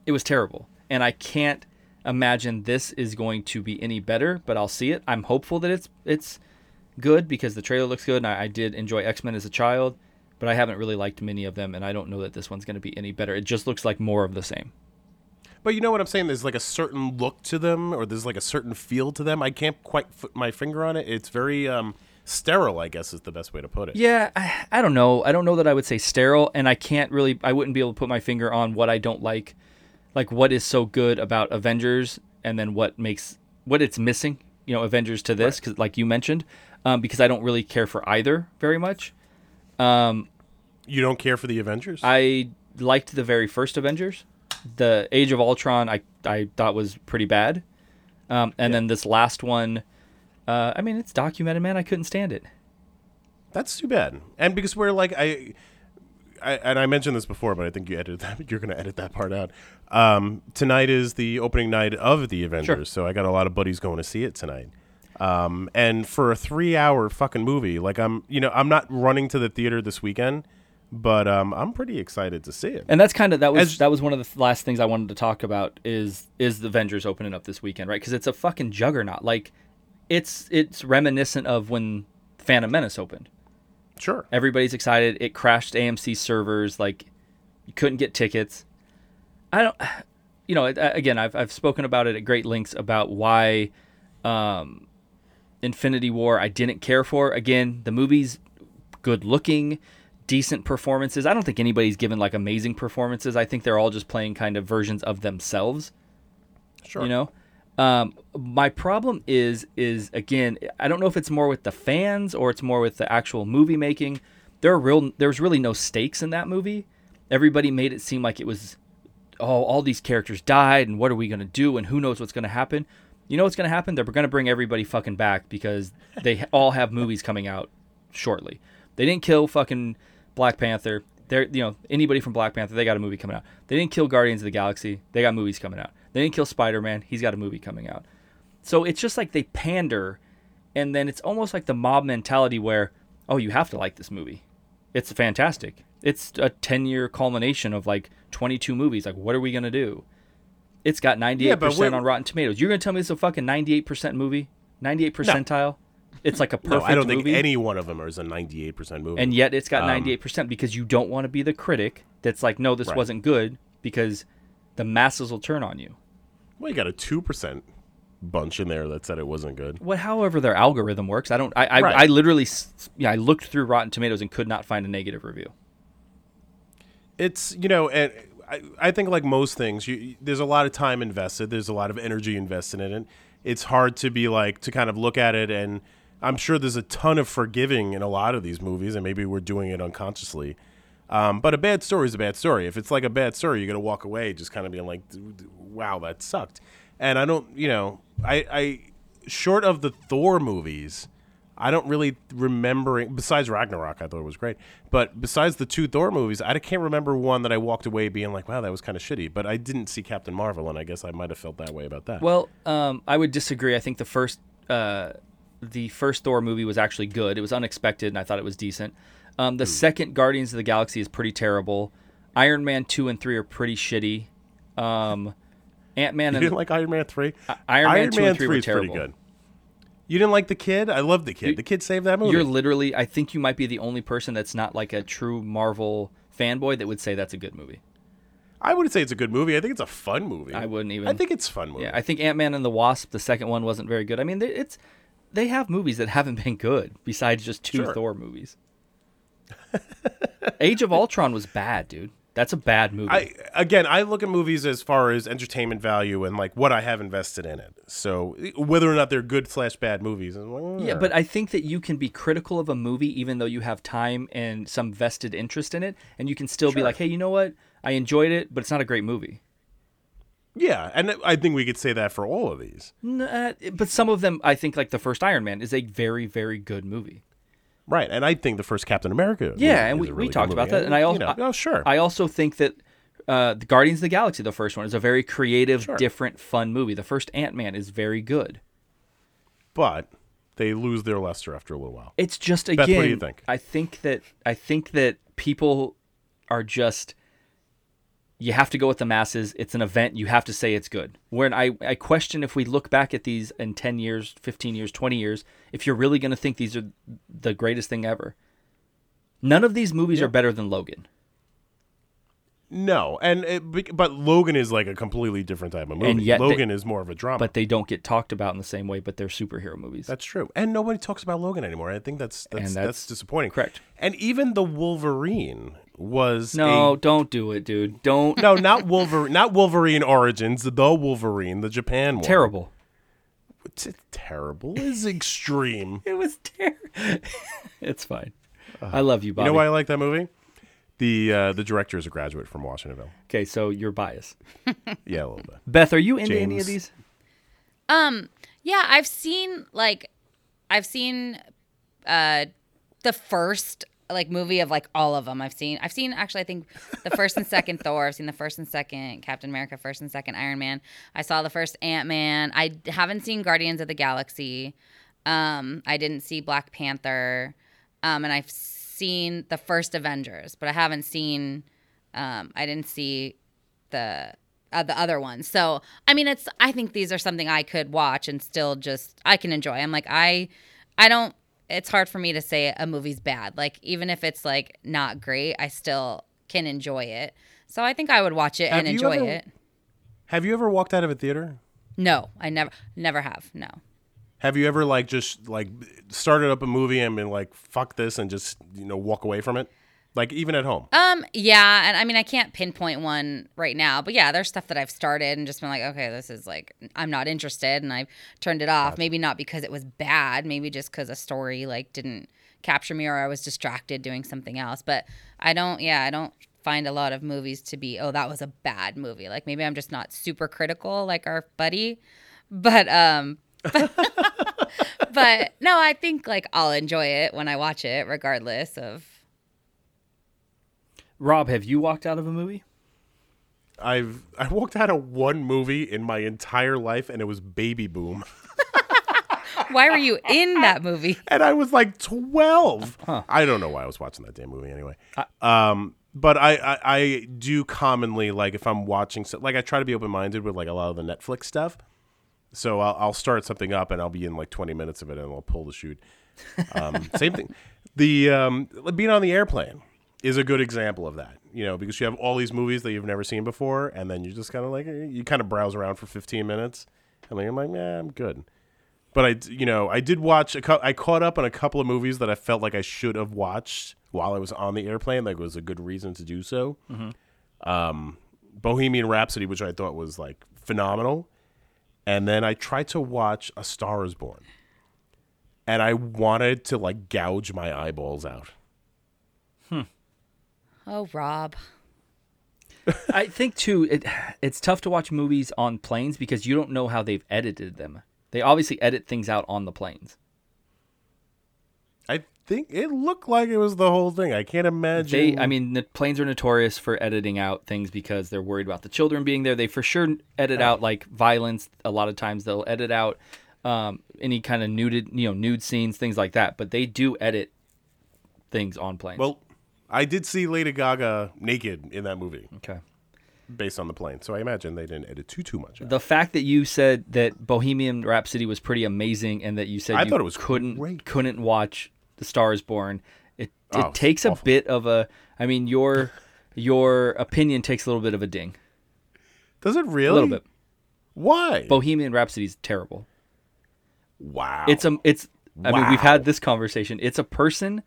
it was terrible, and I can't imagine this is going to be any better. But I'll see it. I'm hopeful that it's it's good because the trailer looks good, and I, I did enjoy X Men as a child. But I haven't really liked many of them, and I don't know that this one's going to be any better. It just looks like more of the same. But you know what I'm saying? There's like a certain look to them, or there's like a certain feel to them. I can't quite put my finger on it. It's very um, sterile, I guess is the best way to put it. Yeah, I, I don't know. I don't know that I would say sterile, and I can't really. I wouldn't be able to put my finger on what I don't like, like what is so good about Avengers, and then what makes what it's missing. You know, Avengers to this, because like you mentioned, um, because I don't really care for either very much. You don't care for the Avengers? I liked the very first Avengers. The Age of Ultron, I I thought was pretty bad, um, and then this last one. Uh, I mean, it's documented, man. I couldn't stand it. That's too bad. And because we're like I, I and I mentioned this before, but I think you edited that. You're going to edit that part out. Um, tonight is the opening night of the Avengers, so I got a lot of buddies going to see it tonight. Um, and for a three-hour fucking movie, like I'm, you know, I'm not running to the theater this weekend, but um, I'm pretty excited to see it. And that's kind of that was As- that was one of the th- last things I wanted to talk about is is the Avengers opening up this weekend, right? Because it's a fucking juggernaut. Like, it's it's reminiscent of when Phantom Menace opened. Sure. Everybody's excited. It crashed AMC servers. Like, you couldn't get tickets. I don't, you know. it- uh, Again, I've I've spoken about it at great lengths about why, um, Infinity War I didn't care for. Again, the movie's good looking, decent performances. I don't think anybody's given like amazing performances. I think they're all just playing kind of versions of themselves. Sure. You know, um, my problem is is again, I don't know if it's more with the fans or it's more with the actual movie making. There are real there's really no stakes in that movie. Everybody made it seem like it was, oh, all these characters died, and what are we gonna do, and who knows what's gonna happen. You know what's gonna happen? They're gonna bring everybody fucking back because they all have movies coming out shortly. They didn't kill fucking Black Panther. They're you know anybody from Black Panther, they got a movie coming out. They didn't kill Guardians of the Galaxy. They got movies coming out. They didn't kill Spider Man. He's got a movie coming out. So it's just like they pander, and then it's almost like the mob mentality where oh you have to like this movie. It's fantastic. It's a ten year culmination of like twenty two movies. Like what are we gonna do? It's got ninety eight but wait- percent on Rotten Tomatoes. You're gonna tell me it's a fucking ninety eight percent movie, ninety eight percentile. It's like a perfect No, I don't think movie any Um, one of them is a 98% movie. and yet it's got 98% because you don't want to be the critic that's like no this Right. wasn't good because the masses will turn on you well, you got a 2% bunch in there that said it wasn't good. what however their algorithm works i don't i i, Right. I literally s- yeah i looked through rotten tomatoes and could not find a negative review it's you know and I, I think like most things you- you, there's a lot of time invested there's a lot of energy invested in it it's hard to be like to kind of look at it and i'm sure there's a ton of forgiving in a lot of these movies and maybe we're doing it unconsciously um, but a bad story is a bad story if it's like a bad story you're going to walk away just kind of being like wow that sucked and i don't you know i i short of the thor movies I don't really remember besides Ragnarok. I thought it was great, but besides the two Thor movies, I can't remember one that I walked away being like, "Wow, that was kind of shitty." But I didn't see Captain Marvel, and I guess I might have felt that way about that. well um i would disagree i think the first uh the first thor movie was actually good it was unexpected and i thought it was decent um the second guardians of the galaxy is pretty terrible iron man 2 and 3 are pretty shitty um ant-man you and didn't like Iron Man three. Iron Man 2 and 3 were is pretty terrible. good. You didn't like the kid? I love the kid. the kid saved that movie. You're literally, I think you might be the only person that's not like a true Marvel fanboy that would say that's a good movie. I wouldn't say it's a good movie. I think it's a fun movie. I wouldn't even- I think it's a fun movie. Yeah, I think Ant Man and the Wasp, the second one, wasn't very good. I mean, they, it's they have movies that haven't been good besides just two Sure. Thor movies. Age of Ultron was bad, dude. That's a bad movie. I again, I look at movies as far as entertainment value and like what I have invested in it. So whether or not they're good slash bad movies, I'm like, yeah, "Mm." but I think that you can be critical of a movie even though you have time and some vested interest in it, and you can still be like, hey, you know what? I enjoyed it, but it's not a great movie. yeah, and I think we could say that for all of these, N- uh, but some of them, I think, like the first Iron Man, is a very, very good movie. right? And I think the first Captain America, Yeah, movie and is we, a we really good talked about movie. that. And I also, you know, oh sure, I also think that uh, the Guardians of the Galaxy, the first one, is a very creative, different, fun movie. The first Ant Man is very good. but they lose their luster after a little while. It's just again. Beth, what do you think? I think that I think that people are just. You have to go with the masses. It's an event. You have to say it's good. When I, I question if we look back at these in ten years, fifteen years, twenty years, if you're really going to think these are the greatest thing ever. None of these movies are better than Logan. No, and it, bec- but Logan is like a completely different type of movie. And yet they- Logan is more of a drama. but they don't get talked about in the same way. But they're superhero movies. That's true. And nobody talks about Logan anymore. I think that's that's, And that's, that's disappointing. correct. And even the Wolverine was no, a- don't do it, dude. Don't. no, not Wolverine, not Wolverine Origins, the Wolverine, the Japan one. Terrible. It's terrible is extreme. It was terrible. it's fine. I love you, You Bobby. know why I like that movie? The uh, the director is a graduate from Washingtonville. Okay, so you're biased. Yeah, a little bit. Beth, are you into any James. of these? Um, yeah, I've seen like I've seen uh the first like movie of like all of them I've seen. I've seen actually I think the first and second Thor, I've seen the first and second Captain America, first and second Iron Man. I saw the first Ant-Man. I d- haven't seen Guardians of the Galaxy. Um, I didn't see Black Panther. Um, and I've seen the first Avengers, but I haven't seen um I didn't see the uh, the other ones. So I mean, it's I think these are something I could watch and still just I can enjoy. I'm like I I don't. It's hard for me to say a movie's bad. Like even if it's like not great, I still can enjoy it. So I think I would watch it Have and you enjoy ever- it. Have you ever walked out of a theater? No, I never never have. No. Have you ever like just like started up a movie and been like fuck this and just you know walk away from it? Like even at home. Um, yeah, and I mean I can't pinpoint one right now, but yeah, there's stuff that I've started and just been like, okay, this is like I'm not interested, and I've turned it off. Maybe not because it was bad, maybe just because a story like didn't capture me or I was distracted doing something else. But I don't, yeah, I don't find a lot of movies to be, oh, that was a bad movie. Like maybe I'm just not super critical like our buddy, but um, but no, I think like I'll enjoy it when I watch it, regardless of Rob, have you walked out of a movie? I've I walked out of one movie in my entire life, and it was Baby Boom, Why were you in that movie? and I was like twelve. I don't know why I was watching that damn movie anyway. um, but I, I I do commonly like if I'm watching so, like I try to be open minded with like a lot of the Netflix stuff. So I'll, I'll start something up and I'll be in like 20 minutes of it and I'll pull the shoot. Um, same thing. The um, being on the airplane is a good example of that. You know, because you have all these movies that you've never seen before, and then you just kind of like eh, you kind of browse around for 15 minutes, and then I'm like, yeah, I'm good. But I, d- you know, I did watch a cou- I caught up on a couple of movies that I felt like I should have watched while I was on the airplane. Like it was a good reason to do so. Mm-hmm. Um, Bohemian Rhapsody, which I thought was like phenomenal and then I tried to watch A Star Is Born, and I wanted to like gouge my eyeballs out. Oh, Rob. I think too. It, it's tough to watch movies on planes because you don't know how they've edited them. They obviously edit things out on the planes. I think it looked like it was the whole thing. I can't imagine. They, I mean, the planes are notorious for editing out things because they're worried about the children being there. They for sure edit Oh. out like violence. A lot of times they'll edit out um, any kind of nude, you know, nude scenes, things like that. But they do edit things on planes. well, I did see Lady Gaga naked in that movie, okay. based on the plane. So I imagine they didn't edit too too much. out. The fact that you said that Bohemian Rhapsody was pretty amazing, and that you said I you thought it was couldn't great. couldn't watch The Star Is Born, it it Oh, it's takes a awful. bit of a. I mean, your your opinion takes a little bit of a ding, Does it really? a little bit. Why? Bohemian Rhapsody is terrible. wow. It's a it's. I mean, we've Wow. had this conversation. It's a person.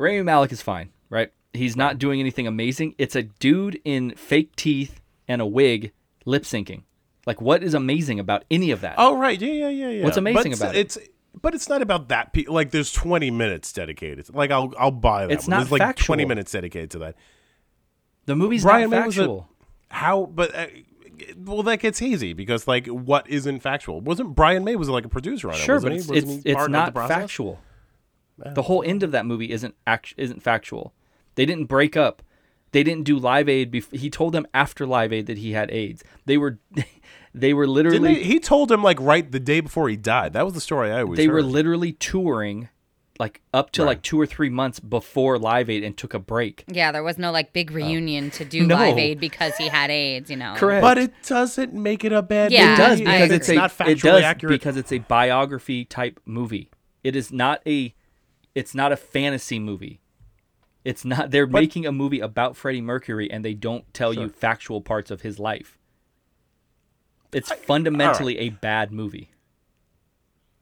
Rami Malik is fine, right? He's not doing anything amazing. It's a dude in fake teeth and a wig lip syncing. Like, what is amazing about any of that? Oh right, yeah, yeah, yeah, yeah. What's amazing but about it's, it? It's but it's not about that. Pe- like there's 20 minutes dedicated. Like I'll I'll buy that. It's one. not there's like 20 factual. minutes dedicated to that. the movie's Brian not May was a- factual. How? But uh, well, that gets hazy because like what isn't factual? Wasn't Brian May was like a producer on it? sure, wasn't but he? it's Wasn't it's, he part it's of the not process? factual. The whole end of that movie isn't act- isn't factual. They didn't break up. They didn't do Live Aid. Bef- he told them after Live Aid that he had AIDS. They were they were Didn't literally they, he told him like right the day before he died. That was the story I always they heard. were literally touring like up to like two or three months before Live Aid and took a break. Yeah, there was no like Oh. big reunion to do No. Live Aid because he had AIDS, you know. Correct. but it doesn't make it a bad. Yeah, movie. It does I because agree. it's a not factually it does accurate. because it's a biography type movie. It is not a it's not a fantasy movie. It's not they're making a movie about Freddie Mercury and they don't tell you factual parts of his life. It's fundamentally a bad movie.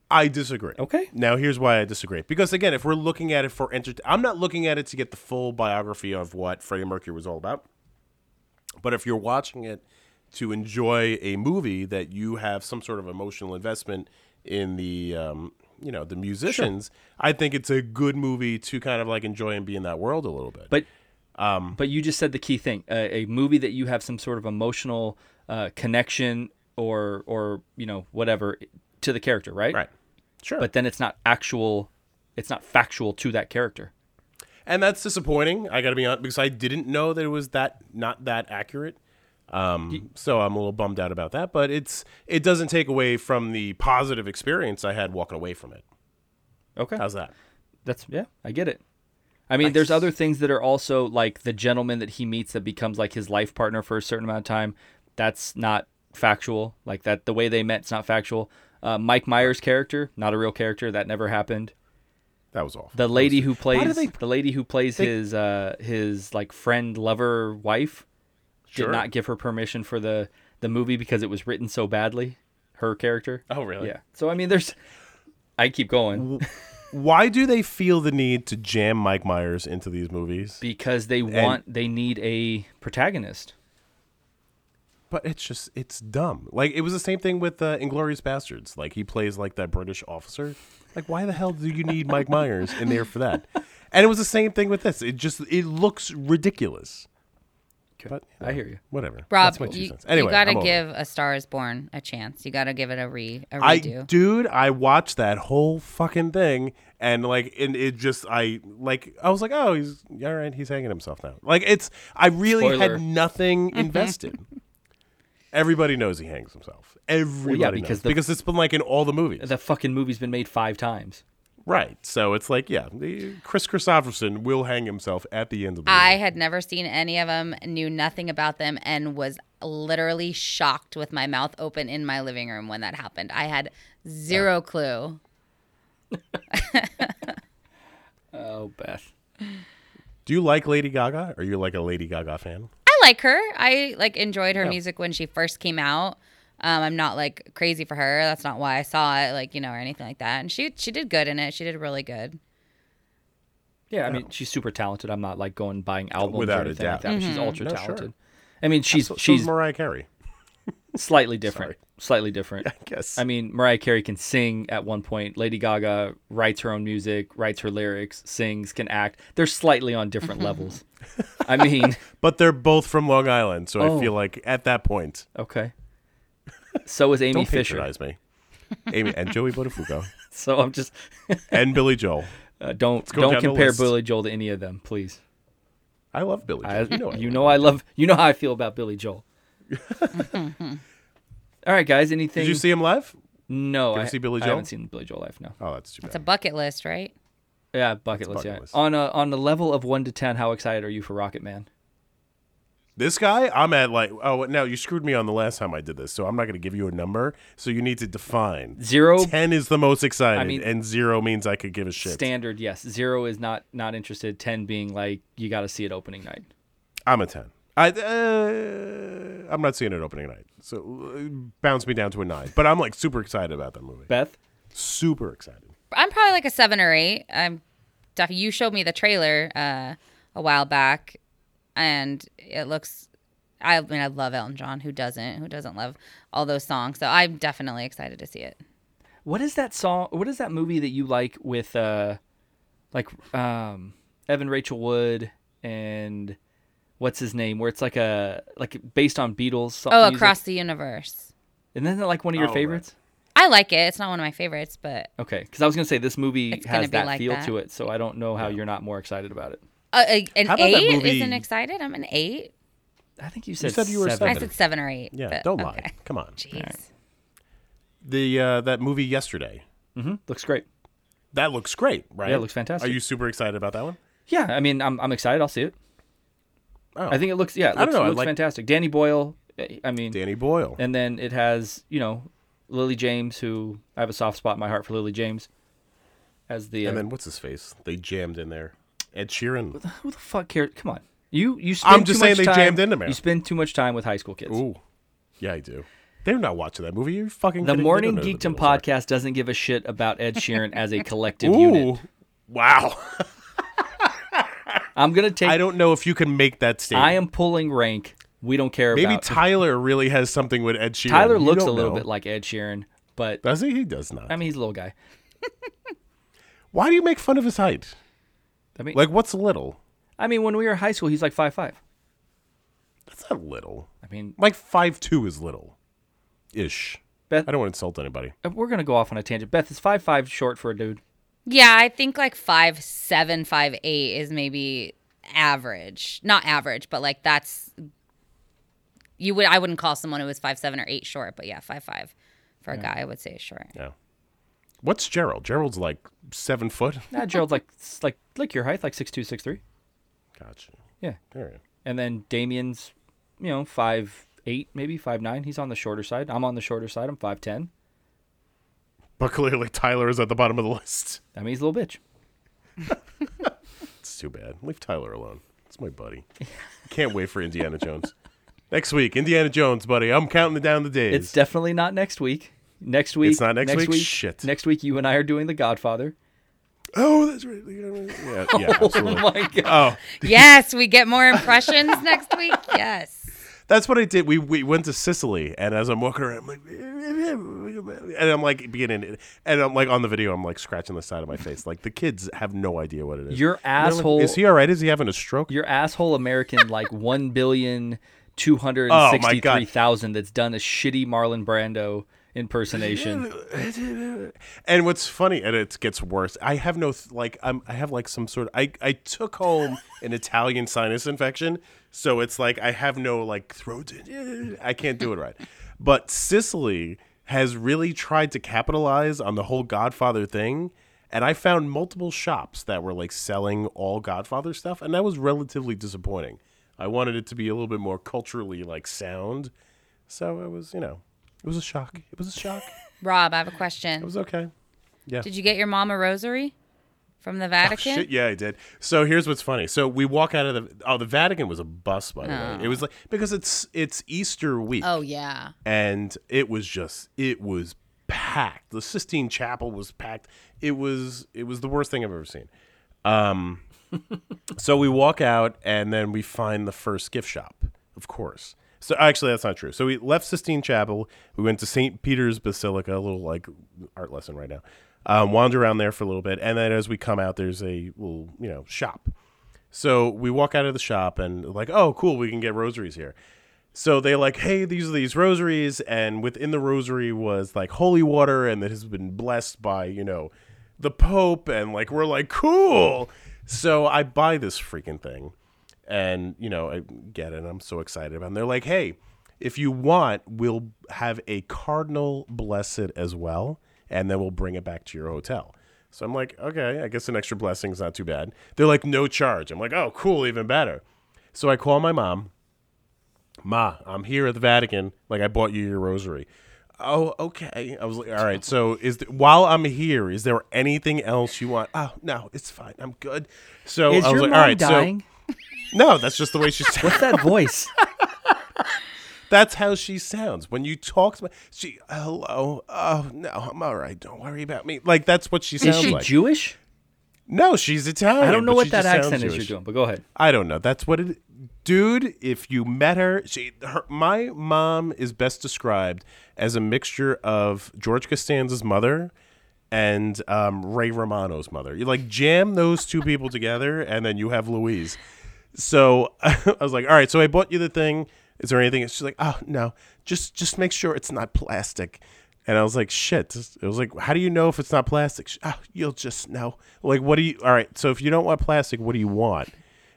I disagree. Okay. Now here's why I disagree. Because again, if we're looking at it for enter, I'm not looking at it to get the full biography of what Freddie Mercury was all about. But if you're watching it to enjoy a movie that you have some sort of emotional investment in the, um, you know, the musicians, I think it's a good movie to kind of like enjoy and be in that world a little bit. But but you just said the key thing: a, a movie that you have some sort of emotional uh, connection or or you know whatever to the character, right? right, sure. But then it's not actual, it's not factual to that character. and that's disappointing. I got to be honest because I didn't know that it was that not that accurate. Um, so I'm a little bummed out about that, but it's it doesn't take away from the positive experience I had walking away from it. Okay. How's that? That's yeah, I get it. I mean, there's other things that are also like the gentleman that he meets that becomes like his life partner for a certain amount of time. That's not factual. Like that, the way they met's not factual. Uh, Mike Myers' character, not a real character. That never happened. That was awful. The lady who plays they- the lady who plays his uh, his like friend, lover, wife, Sure. did not give her permission for the the movie because it was written so badly. Her character. Oh, really? Yeah. So I mean, there's. I keep going. Why do they feel the need to jam Mike Myers into these movies? because they want they need a protagonist. But it's just it's dumb. Like it was the same thing with uh, Inglorious Bastards. Like he plays like that British officer. Like why the hell do you need Mike Myers in there for that? And it was the same thing with this. It just it looks ridiculous. But I hear you. Whatever. Rob, That's my two you, cents. Anyway, you gotta I'm over it. give A Star Is Born a chance. You gotta give it a re a I redo. dude, I watched that whole fucking thing and like and it just I like I was like, "Oh, he's all right, he's hanging himself now." Like it's I really Spoiler. Mm-hmm. had nothing invested. Everybody knows he hangs himself. Everybody because knows the- because it's been like in all the movies. The fucking movie's been made five times. right. So it's like, yeah, the- Chris Christopherson will hang himself at the end of the I had never seen any of them, knew nothing about them, and was literally shocked with my mouth open in my living room when that happened. I had zero clue. Oh, Beth. Do you like Lady Gaga? Are you like a Lady Gaga fan? I like her. I like enjoyed her music when she first came out. Um, I'm not like crazy for her. That's not why I saw it, like you know, or anything like that. And she she did good in it. She did really good. Yeah, I mean, she's super talented. I'm not like going buying albums Uh, Without a or anything like doubt. that. but She's ultra No, sure. talented. I mean, she's So, so is she's Mariah Carey. slightly different. Slightly different. I guess. I mean, Mariah Carey can sing at one point. Lady Gaga writes her own music, writes her lyrics, sings, can act. They're slightly on different levels. I mean, but they're both from Long Island, so Oh. I feel like at that point okay. So is Amy Don't Fisher. patronize me. Amy and Joey Buttafuoco So I'm just and Billy Joel. uh, don't go don't down the compare list. Billy Joel to any of them, please. I love Billy Joel. I, you know, I you love know I love you know how I feel about Billy Joel. All right, guys. Anything? Did you see him live? no, I, ever see Billy I haven't Joel? seen Billy Joel live. No. Oh, that's too bad. It's a bucket list, right? Yeah, bucket list. bucket yeah. list. On a on a level of one to ten, how excited are you for Rocket Man? this guy, I'm at like, oh, now you screwed me on the last time I did this, so I'm not going to give you a number. So you need to define. Zero Ten is the most excited, mean- and zero means I could give a shit. standard, yes. Zero is not not interested. Ten being like you got to see it opening night. I'm a ten. I, uh, I'm not seeing it opening night, so uh, bounce me down to a nine. But I'm like super excited about that movie. Beth, Super excited. I'm probably like a seven or eight. I'm definitely. You showed me the trailer uh, a a while back, and it looks. I mean, I love Elton John. Who doesn't? Who doesn't love all those songs? So I'm definitely excited to see it. What is that song? What is that movie that you like with, uh, like, um, Evan Rachel Wood and what's his name? Where it's like a like based on Beatles. so- Oh, music. across the universe. And then like one of your Oh, right. favorites. I like it. It's not one of my favorites, but Okay, because I was gonna say this movie It's gonna has be that like feel that. to it, so I don't know how you're not more excited about it. uh, a- an How about that eight movie- isn't excited. I'm an eight. I think you said said you were I seven. seven. said seven or eight. Yeah, but don't okay. lie. Come on. Jeez. The uh, that movie yesterday. hmm Looks great. That looks great, right? Yeah, it looks Are fantastic. you super excited about that one? Yeah, I mean, I'm, I'm excited. I'll see it. Oh, I think it looks yeah, it looks, I don't know, I looks like- fantastic. Danny Boyle. eh, I mean, Danny Boyle. and then it has you know Lily James, who I have a soft spot in my heart for Lily James, as the uh, And then what's his face? They jammed in there. Ed Sheeran. who the fuck cares? Come on, you you. Spend just too saying much they time- jammed into me. You spend too much time with high school kids. Ooh. Yeah, I do. They're not watching that movie. You're fucking The kidding. They Morning don't know who the Geekdom Beatles are. podcast doesn't give a shit about Ed Sheeran as a collective Ooh. unit. Wow. I'm gonna take. I I, don't know if you can make that statement. am pulling rank. We don't care Maybe about. Tyler really has something with Ed Sheeran. Tyler You looks a don't little know. bit like Ed Sheeran, but Does he? He does not. I mean he's a little guy. Why do you make fun of his height? I mean, Like, what's little? I mean, when we were in high school, he's like five five. That's not little. I mean, Like five two is little, ish. Beth, I don't want to insult anybody. we're gonna go off on a tangent. Beth is five five short for a dude. Yeah, I think like five seven, five eight is maybe average. Not average, but like that's you would I wouldn't call someone who was five seven or eight short, but yeah, five five for a guy I would say is short. Yeah. What's Gerald? Gerald's like seven foot. Nah, Gerald's like s- like like your height, like six two, six three. Gotcha. Yeah, All right. and then Damien's, you know, five eight, maybe five nine. He's on the shorter side. I'm on the shorter side. I'm five ten. But clearly, Tyler is at the bottom of the list. That means a little bitch. It's too bad. Leave Tyler alone. It's my buddy. Can't wait for Indiana Jones. Next week, Indiana Jones, buddy. I'm counting down the days. It's definitely not next week. Next week. It's not next week? Shit. Next week, you and I are doing The Godfather. oh, that's right. Yeah, yeah absolutely. Oh my God. Oh, yes, we get more impressions next week. Yes. That's what I did. We we went to Sicily, and as I'm walking around, I'm like, and I'm like beginning, and I'm like on the video, I'm like scratching the side of my face. Like the kids have no idea what it is. Your They're like, asshole. is he all right? Is he having a stroke? your asshole American, like one billion two hundred Oh my God. sixty-three thousand. that's done a shitty Marlon Brando impersonation. And what's funny, and it gets worse. I have no th- like I'm I have like some sort of I I took home an Italian sinus infection, so it's like I have no like throat. I can't do it right. But Sicily has really tried to capitalize on the whole Godfather thing, and I found multiple shops that were like selling all Godfather stuff, and that was relatively disappointing. I wanted it to be a little bit more culturally like sound, so it was you know it was a shock. It was a shock. Rob, I have a It question. was okay. Did you get your mom a rosary from the Vatican? Ah, Oh, Shit, yeah, I did. So here's what's funny. So we walk out of the oh, the Vatican was a bust by the way. It was like because it's it's Easter week, Oh yeah. and it was just it was packed. The Sistine Chapel was packed. It was it was the worst thing I've ever seen. Um, so we walk out, and then we find the first gift shop, of course. So actually, that's not true. So we left Sistine Chapel. We went to St. Peter's Basilica, a little like art lesson right now. Um, wander around there for a little bit, and then as we come out, there's a little you know shop. So we walk out of the shop and like, oh, cool, we can get rosaries here. So they like, hey, these are these rosaries, and within the rosary was like holy water, and that has been blessed by you know the Pope, and like we're like, cool. So I buy this freaking thing, and you know I get it. and I'm so excited about. it. And they're like, hey, if you want, we'll have a cardinal bless it as well, and then we'll bring it back to your hotel. So I'm like, okay, I guess an extra blessing's not too bad. They're like, no charge. I'm like, oh, cool, even better. So I call my mom. Ma, I'm here at the Vatican. Like I bought you your rosary. Oh, okay. I was like, all right. So is th- while I'm here, is there anything else you want? Oh no, it's fine. I'm good. So Is I was your like, mom all right. dying? So no, that's just the way she sounds. What's that voice? That's how she sounds when you talk to me. She hello. Oh no, I'm all right. Don't worry about me. Like that's what she Is sounds she like. Jewish? No, she's Italian. I don't know but what she that just sounds accent is Jewish. you're doing, but go ahead. I don't know. That's what it. Dude, if you met her, she, her, my mom is best described as a mixture of George Costanza's mother and um, Ray Romano's mother. You like jam those two people together, and then you have Louise. So I was like, all right. So I bought you the thing. Is there anything? She's like, oh no, just just make sure it's not plastic. And I was like, shit. It was like, how do you know if it's not plastic? She, oh, you'll just know. Like, what do you? All right. So if you don't want plastic, what do you want?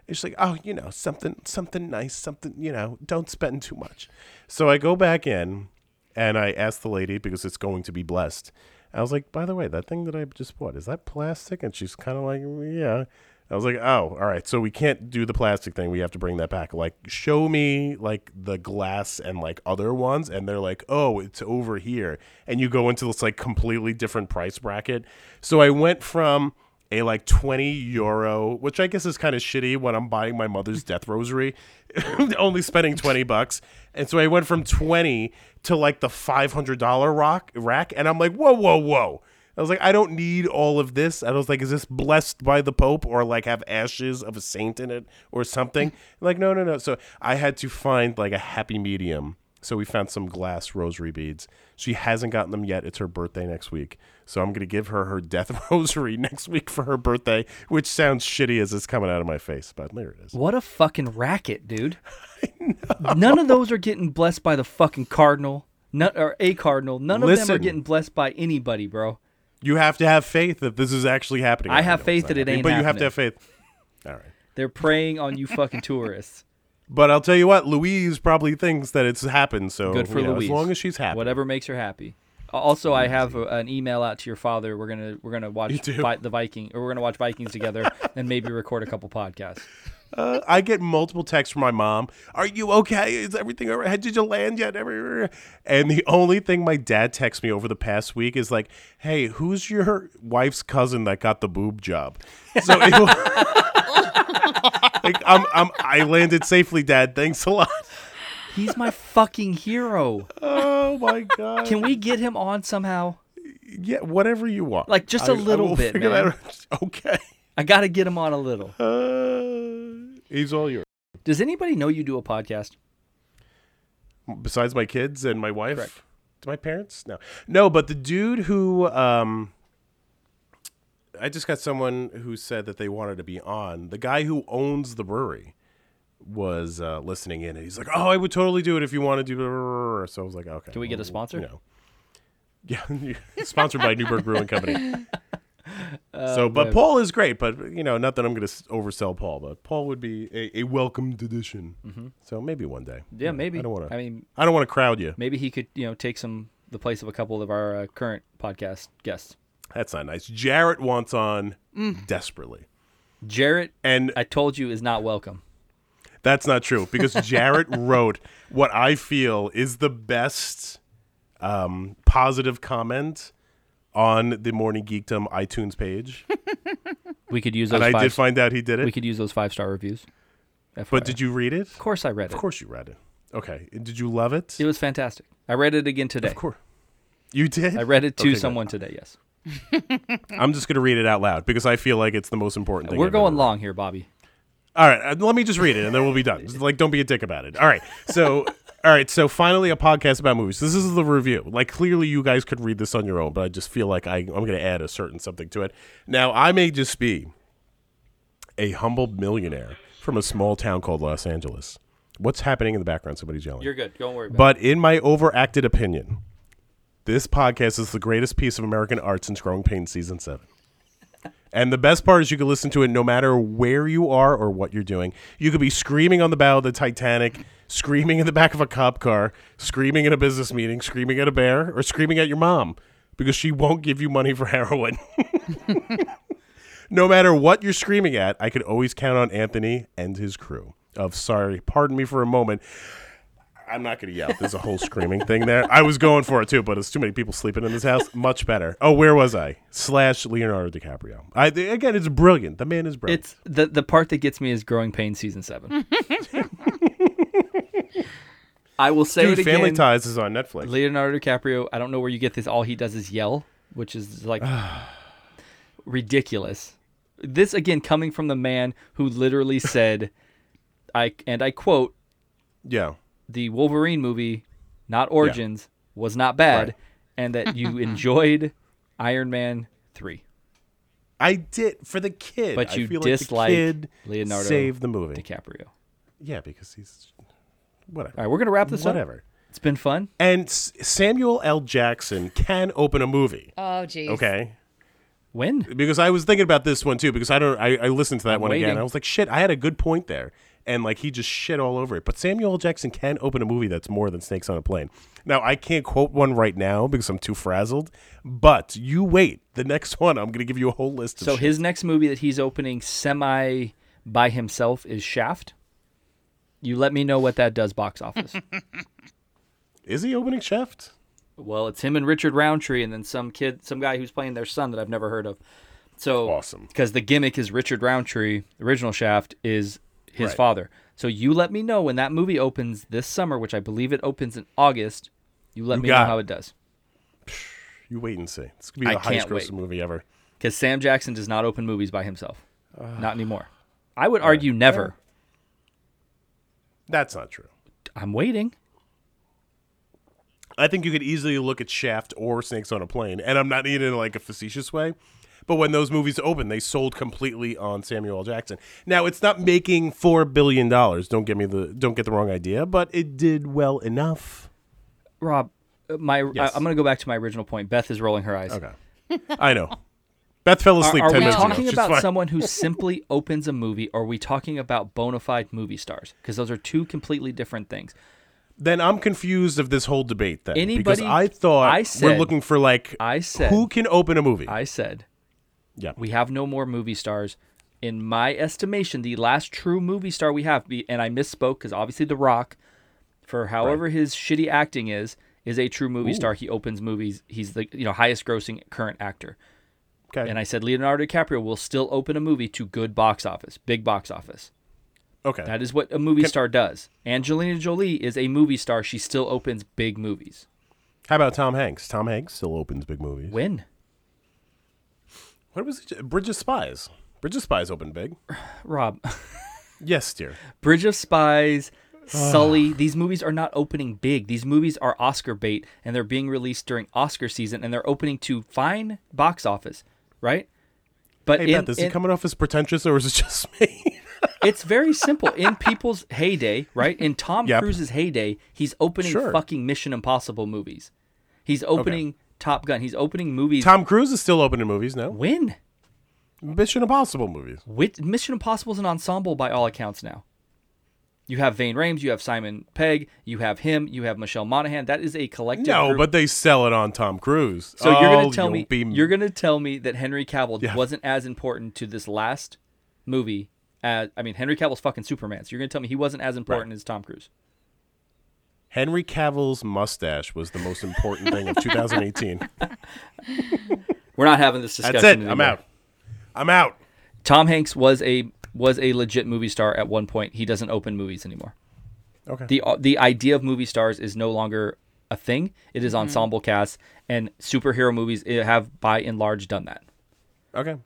And she's like, oh, you know, something, something nice, something, you know, don't spend too much. So I go back in and I ask the lady because it's going to be blessed. I was like, by the way, that thing that I just bought, is that plastic? And she's kind of like, yeah. I was like, oh, all right. So we can't do the plastic thing. We have to bring that back. Like, show me like the glass and like other ones. And they're like, oh, it's over here. And you go into this like completely different price bracket. So I went from a like 20 euro, which I guess is kind of shitty when I'm buying my mother's death rosary, only spending 20 bucks. And so I went from 20 to like the $500 rock rack. And I'm like, whoa, whoa, whoa. I was like, I don't need all of this. I was like, is this blessed by the Pope or like have ashes of a saint in it or something? like, no, no, no. So I had to find like a happy medium. So we found some glass rosary beads. She hasn't gotten them yet. It's her birthday next week. So I'm going to give her her death rosary next week for her birthday, which sounds shitty as it's coming out of my face, but there it is. What a fucking racket, dude. None of those are getting blessed by the fucking cardinal. None, or a cardinal. None of them are Listen. getting blessed by anybody, bro. You have to have faith that this is actually happening. I have know it's faith not that it happening, ain't But you have to have happening. faith. All right. They're preying on you fucking tourists. But I'll tell you what, Louise probably thinks that it's happened. So Good for you know, Louise. As long as she's happy. Whatever makes her happy. Uh, Also, I have a, an email out to your father. We're gonna we're gonna watch do? Vi- the Viking, or we're gonna watch Vikings together, and maybe record a couple podcasts. Uh, I get multiple texts from my mom. Are you okay? Is everything all right? Did you land yet? Everywhere. And the only thing my dad texts me over the past week is like, "Hey, who's your wife's cousin that got the boob job?" So it, like, I'm, I'm, I landed safely, Dad. Thanks a lot. He's my fucking hero. Oh my god. Can we get him on somehow? yeah, whatever you want. Like, just a a little bit, man. Okay. I gotta get him on a little. Uh, he's all yours. Does anybody know you do a podcast? besides my kids and my wife Correct. to my parents no no but the dude who um i just got someone who said that they wanted to be on the guy who owns the brewery was uh, listening in and he's like oh i would totally do it if you want to do it." so i was like okay Can we get a well, sponsor? you know. yeah sponsored by newberg brewing company so but Oh, man. paul is great but you know not that i'm gonna s- oversell paul but paul would be a, a welcomed addition so maybe one day Mm-hmm. Yeah, maybe. i don't want to I mean, I don't want to crowd you. maybe he could you know take some the place of a couple of our uh, current podcast guests. That's not nice. Jarrett wants on desperately. Jarrett, And I told you is not welcome. that's not true because Jarrett wrote what I feel is the best um, positive comment on the Morning Geekdom iTunes page. We could use those. and I five, did find out he did we it. could use those five star reviews. But did you read it? Of course, I read it. Of course you read it. Okay. Did you love it? It was fantastic. I read it again today. Of course. You did? I read it to Okay, good. someone today. Yes, I'm just going to read it out loud because I feel like it's the most important thing. we're I've ever going long here, Bobby. All right, uh, let me just read it and then we'll be done. Just, like, don't be a dick about it. All right, so, all right, so finally a podcast about movies. This is the review. Like, clearly you guys could read this on your own, but I just feel like I, I'm going to add a certain something to it. Now, I may just be a humble millionaire from a small town called Los Angeles. What's happening in the background? Somebody's yelling. You're good. Don't worry about But in my overacted opinion, this podcast is the greatest piece of American art since Growing Pains season seven. And the best part is you can listen to it no matter where you are or what you're doing. You could be screaming on the bow of the Titanic, screaming in the back of a cop car, screaming in a business meeting, screaming at a bear, or screaming at your mom because she won't give you money for heroin. no matter what you're screaming at, I could always count on Anthony and his crew. Of sorry, pardon me for a moment. I'm not going to yell. There's a whole screaming thing there. I was going for it too, but it's too many people sleeping in this house. Much better. Oh, where was I? Slash Leonardo DiCaprio. I again, it's brilliant. The man is it. brilliant. It's the the part that gets me is growing pain season seven. I will say Dude, it Family again. Ties is on Netflix. Leonardo DiCaprio, I don't know where you get this. All he does is yell, which is like ridiculous. This again coming from the man who literally said, "I and I quote Yeah. the Wolverine movie, not Origins, was not bad, Right. and that you enjoyed Iron Man three. I did for the kid. But I you feel dislike like the kid Leonardo saved the movie. DiCaprio. Yeah, because he's whatever. All right, we're gonna wrap this up. whatever. It's been fun. And S- Samuel L. Jackson can open a movie. Oh, geez. Okay. When? Because I was thinking about this one too, because I don't I, I listened to that one again. waiting. I was like, shit, I had a good point there. And like he just shit all over it. But Samuel L. Jackson can open a movie that's more than Snakes on a Plane. Now I can't quote one right now because I'm too frazzled. But you wait. The next one I'm gonna give you a whole list of So shit. his next movie that he's opening semi by himself is Shaft. You let me know what that does box office. Is he opening Shaft? well, it's him and Richard Roundtree, and then some kid, some guy who's playing their son that I've never heard of. So Awesome. because the gimmick is Richard Roundtree, the original Shaft is his Right. father. So you let me know when that movie opens this summer, which I believe it opens in August. You let me know got how it. it does You wait and see. It's gonna be I the highest can't wait. grossing movie ever. because Sam Jackson does not open movies by himself, not anymore. I would argue never. That's not true. I'm waiting. I think you could easily look at Shaft or Snakes on a Plane, and I'm not in it in like a facetious way. But when those movies opened, they sold completely on Samuel L. Jackson. Now it's not making four billion dollars. Don't get me the don't get the wrong idea, but it did well enough. Rob, uh, my Yes. I, am going to go back to my original point. Beth is rolling her eyes. Okay, I know. Beth fell Are, asleep are ten we minutes ago. talking She's about fine. someone who simply opens a movie, or are we talking about bona fide movie stars? Because those are two completely different things. Then I'm confused of this whole debate. Then because Anybody- I thought I we're said- looking for like I said- who can open a movie. I said yeah, we have no more movie stars. In my estimation, the last true movie star we have, be- and I misspoke because obviously The Rock, for however his shitty acting is, is a true movie star. He opens movies. He's the you know highest grossing current actor. okay. And I said Leonardo DiCaprio will still open a movie to good box office, big box office. okay. That is what a movie star does. Angelina Jolie is a movie star. She still opens big movies. How about Tom Hanks? Tom Hanks still opens big movies. When? What was it? Bridge of Spies? Bridge of Spies opened big. Rob, Yes, dear. Bridge of Spies, Sully, these movies are not opening big. These movies are Oscar bait and they're being released during Oscar season and they're opening to fine box office, right? But Hey, in- Beth, is in- it coming off as pretentious or is it just me? it's very simple. In people's heyday, right? In Tom Yep. Cruise's heyday, he's opening Sure. fucking Mission Impossible movies. He's opening Top Gun. He's opening movies. Tom Cruise is still opening movies now. when? Mission Impossible movies. Wit- Mission Impossible is an ensemble by all accounts now. You have Vane Rames, you have Simon Pegg, you have him, you have Michelle Monaghan. That is a collective. No, group. but they sell it on Tom Cruise. so you're Oh, gonna tell me you'll be- you're gonna tell me that Henry Cavill wasn't as important to this last movie as I mean Henry Cavill's fucking Superman. So you're gonna tell me he wasn't as important as Tom Cruise. Henry Cavill's mustache was the most important thing of 2018. We're not having this discussion. That's it. I'm anymore. out. I'm out. Tom Hanks was a was a legit movie star at one point. He doesn't open movies anymore. Okay. The uh, the idea of movie stars is no longer a thing. It is ensemble casts and superhero movies i- have by and large done that. Okay.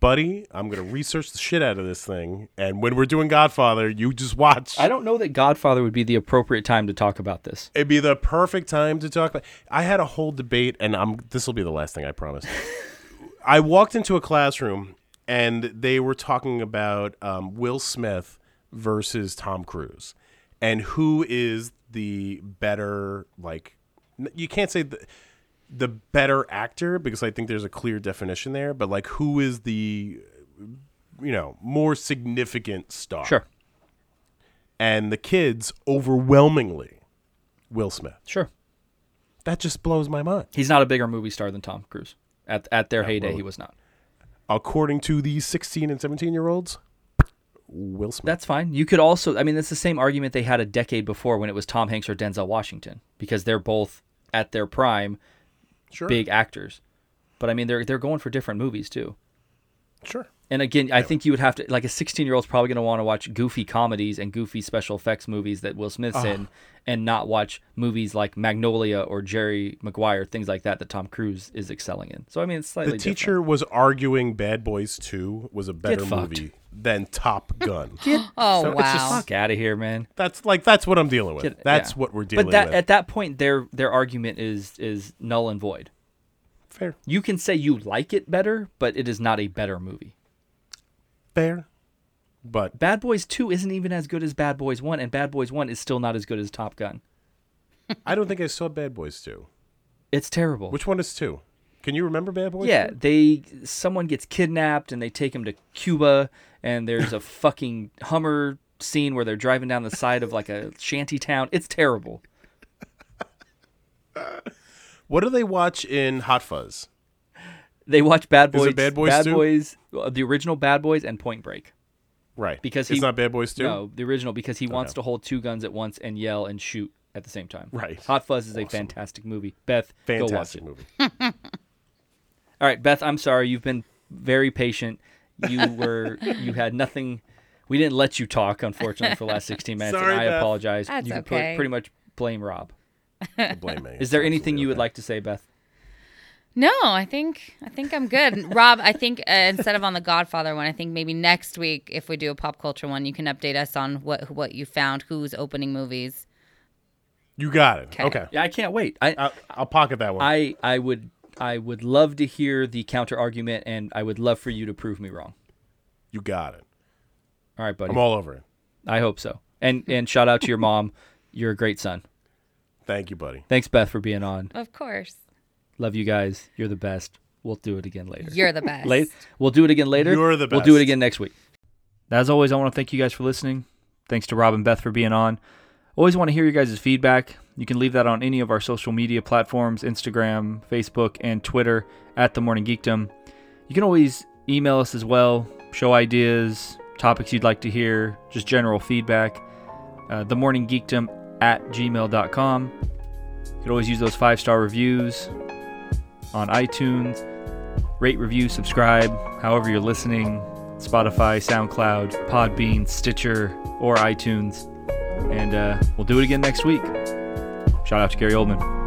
Buddy, I'm gonna research the shit out of this thing, and when we're doing Godfather, you just watch. I don't know that Godfather would be the appropriate time to talk about this. It'd be the perfect time to talk about. I had a whole debate, and I'm. This will be the last thing I promise. I walked into a classroom, and they were talking about um, Will Smith versus Tom Cruise, and who is the better? Like, n- you can't say the the better actor because I think there's a clear definition there, but like, who is the you know more significant star? Sure, and the kids overwhelmingly Will Smith. sure. That just blows my mind. He's not a bigger movie star than Tom Cruise. At at their heyday, he was not. According to the 16 and 17 year olds, Will Smith. That's fine. You could also, I mean, it's the same argument they had a decade before when it was Tom Hanks or Denzel Washington because they're both at their prime sure. big actors. But I mean, they're they're going for different movies too. Sure. And again, I think you would have to like a 16 year old's probably going to want to watch goofy comedies and goofy special effects movies that Will Ah. Smith's in, and not watch movies like Magnolia or Jerry Maguire, things like that that Tom Cruise is excelling in. So I mean, it's slightly The different. teacher was arguing Bad Boys 2 was a better fucked. movie than Top Gun. Oh So it's wow. just- Fuck out of here, man. that's like that's what I'm dealing with. Get- That's yeah. what we're dealing But that with. at that point, their their argument is is null and void. fair. You can say you like it better, but it is not a better movie. Fair. But Bad Boys Two isn't even as good as Bad Boys One, and Bad Boys One is still not as good as Top Gun. I don't think I saw Bad Boys 2. It's terrible. Which one is 2? Can you remember Bad Boys? yeah, 2? they someone gets kidnapped and they take him to Cuba, and there's a fucking Hummer scene where they're driving down the side of like a shanty town. It's terrible. What do they watch in Hot Fuzz? They watch Bad Is it Boys, Bad Boys 2? Boys, uh, the original Bad Boys, and Point Break. Right. Because it's he- not Bad Boys 2? No, the original because he wants to hold two guns at once and yell and shoot at the same time. Right. Hot Fuzz is a fantastic movie. Beth, go watch Fantastic it. movie. All right, Beth, I'm sorry. You've been very patient. You were you had nothing. We didn't let you talk, unfortunately, for the last 16 minutes, Sorry, and I Beth. apologize. That's you can okay. pretty much blame Rob. The Blame Man. Is there It's anything absolutely you would okay. like to say, Beth? No, I think I think I'm good. Rob, I think uh, instead of on the Godfather one, I think maybe next week if we do a pop culture one, you can update us on what what you found, who's opening movies. You got it. Okay. Yeah, I can't wait. I I'll, I'll pocket that one. I I would I would love to hear the counter argument, and I would love for you to prove me wrong. you got it. All right, buddy. I'm all over it. I hope so. And and shout out to your mom. You're a great son. Thank you, buddy. Thanks, Beth, for being on. Of course. Love you guys. You're the best. We'll do it again later. You're the best. Late. We'll do it again later. You're the We'll do it best. again next week. As always, I want to thank you guys for listening. Thanks to Rob and Beth for being on. Always want to hear your guys' feedback. You can leave that on any of our social media platforms Instagram, Facebook, and Twitter at The Morning Geekdom. You can always email us as well, show ideas, topics you'd like to hear, just general feedback. Uh, TheMorningGeekdom at gmail.com. You can always use those five star reviews on iTunes rate, review, subscribe, however you're listening Spotify, SoundCloud, Podbean, Stitcher, or iTunes. And uh, we'll do it again next week. Shout out to Gary Oldman.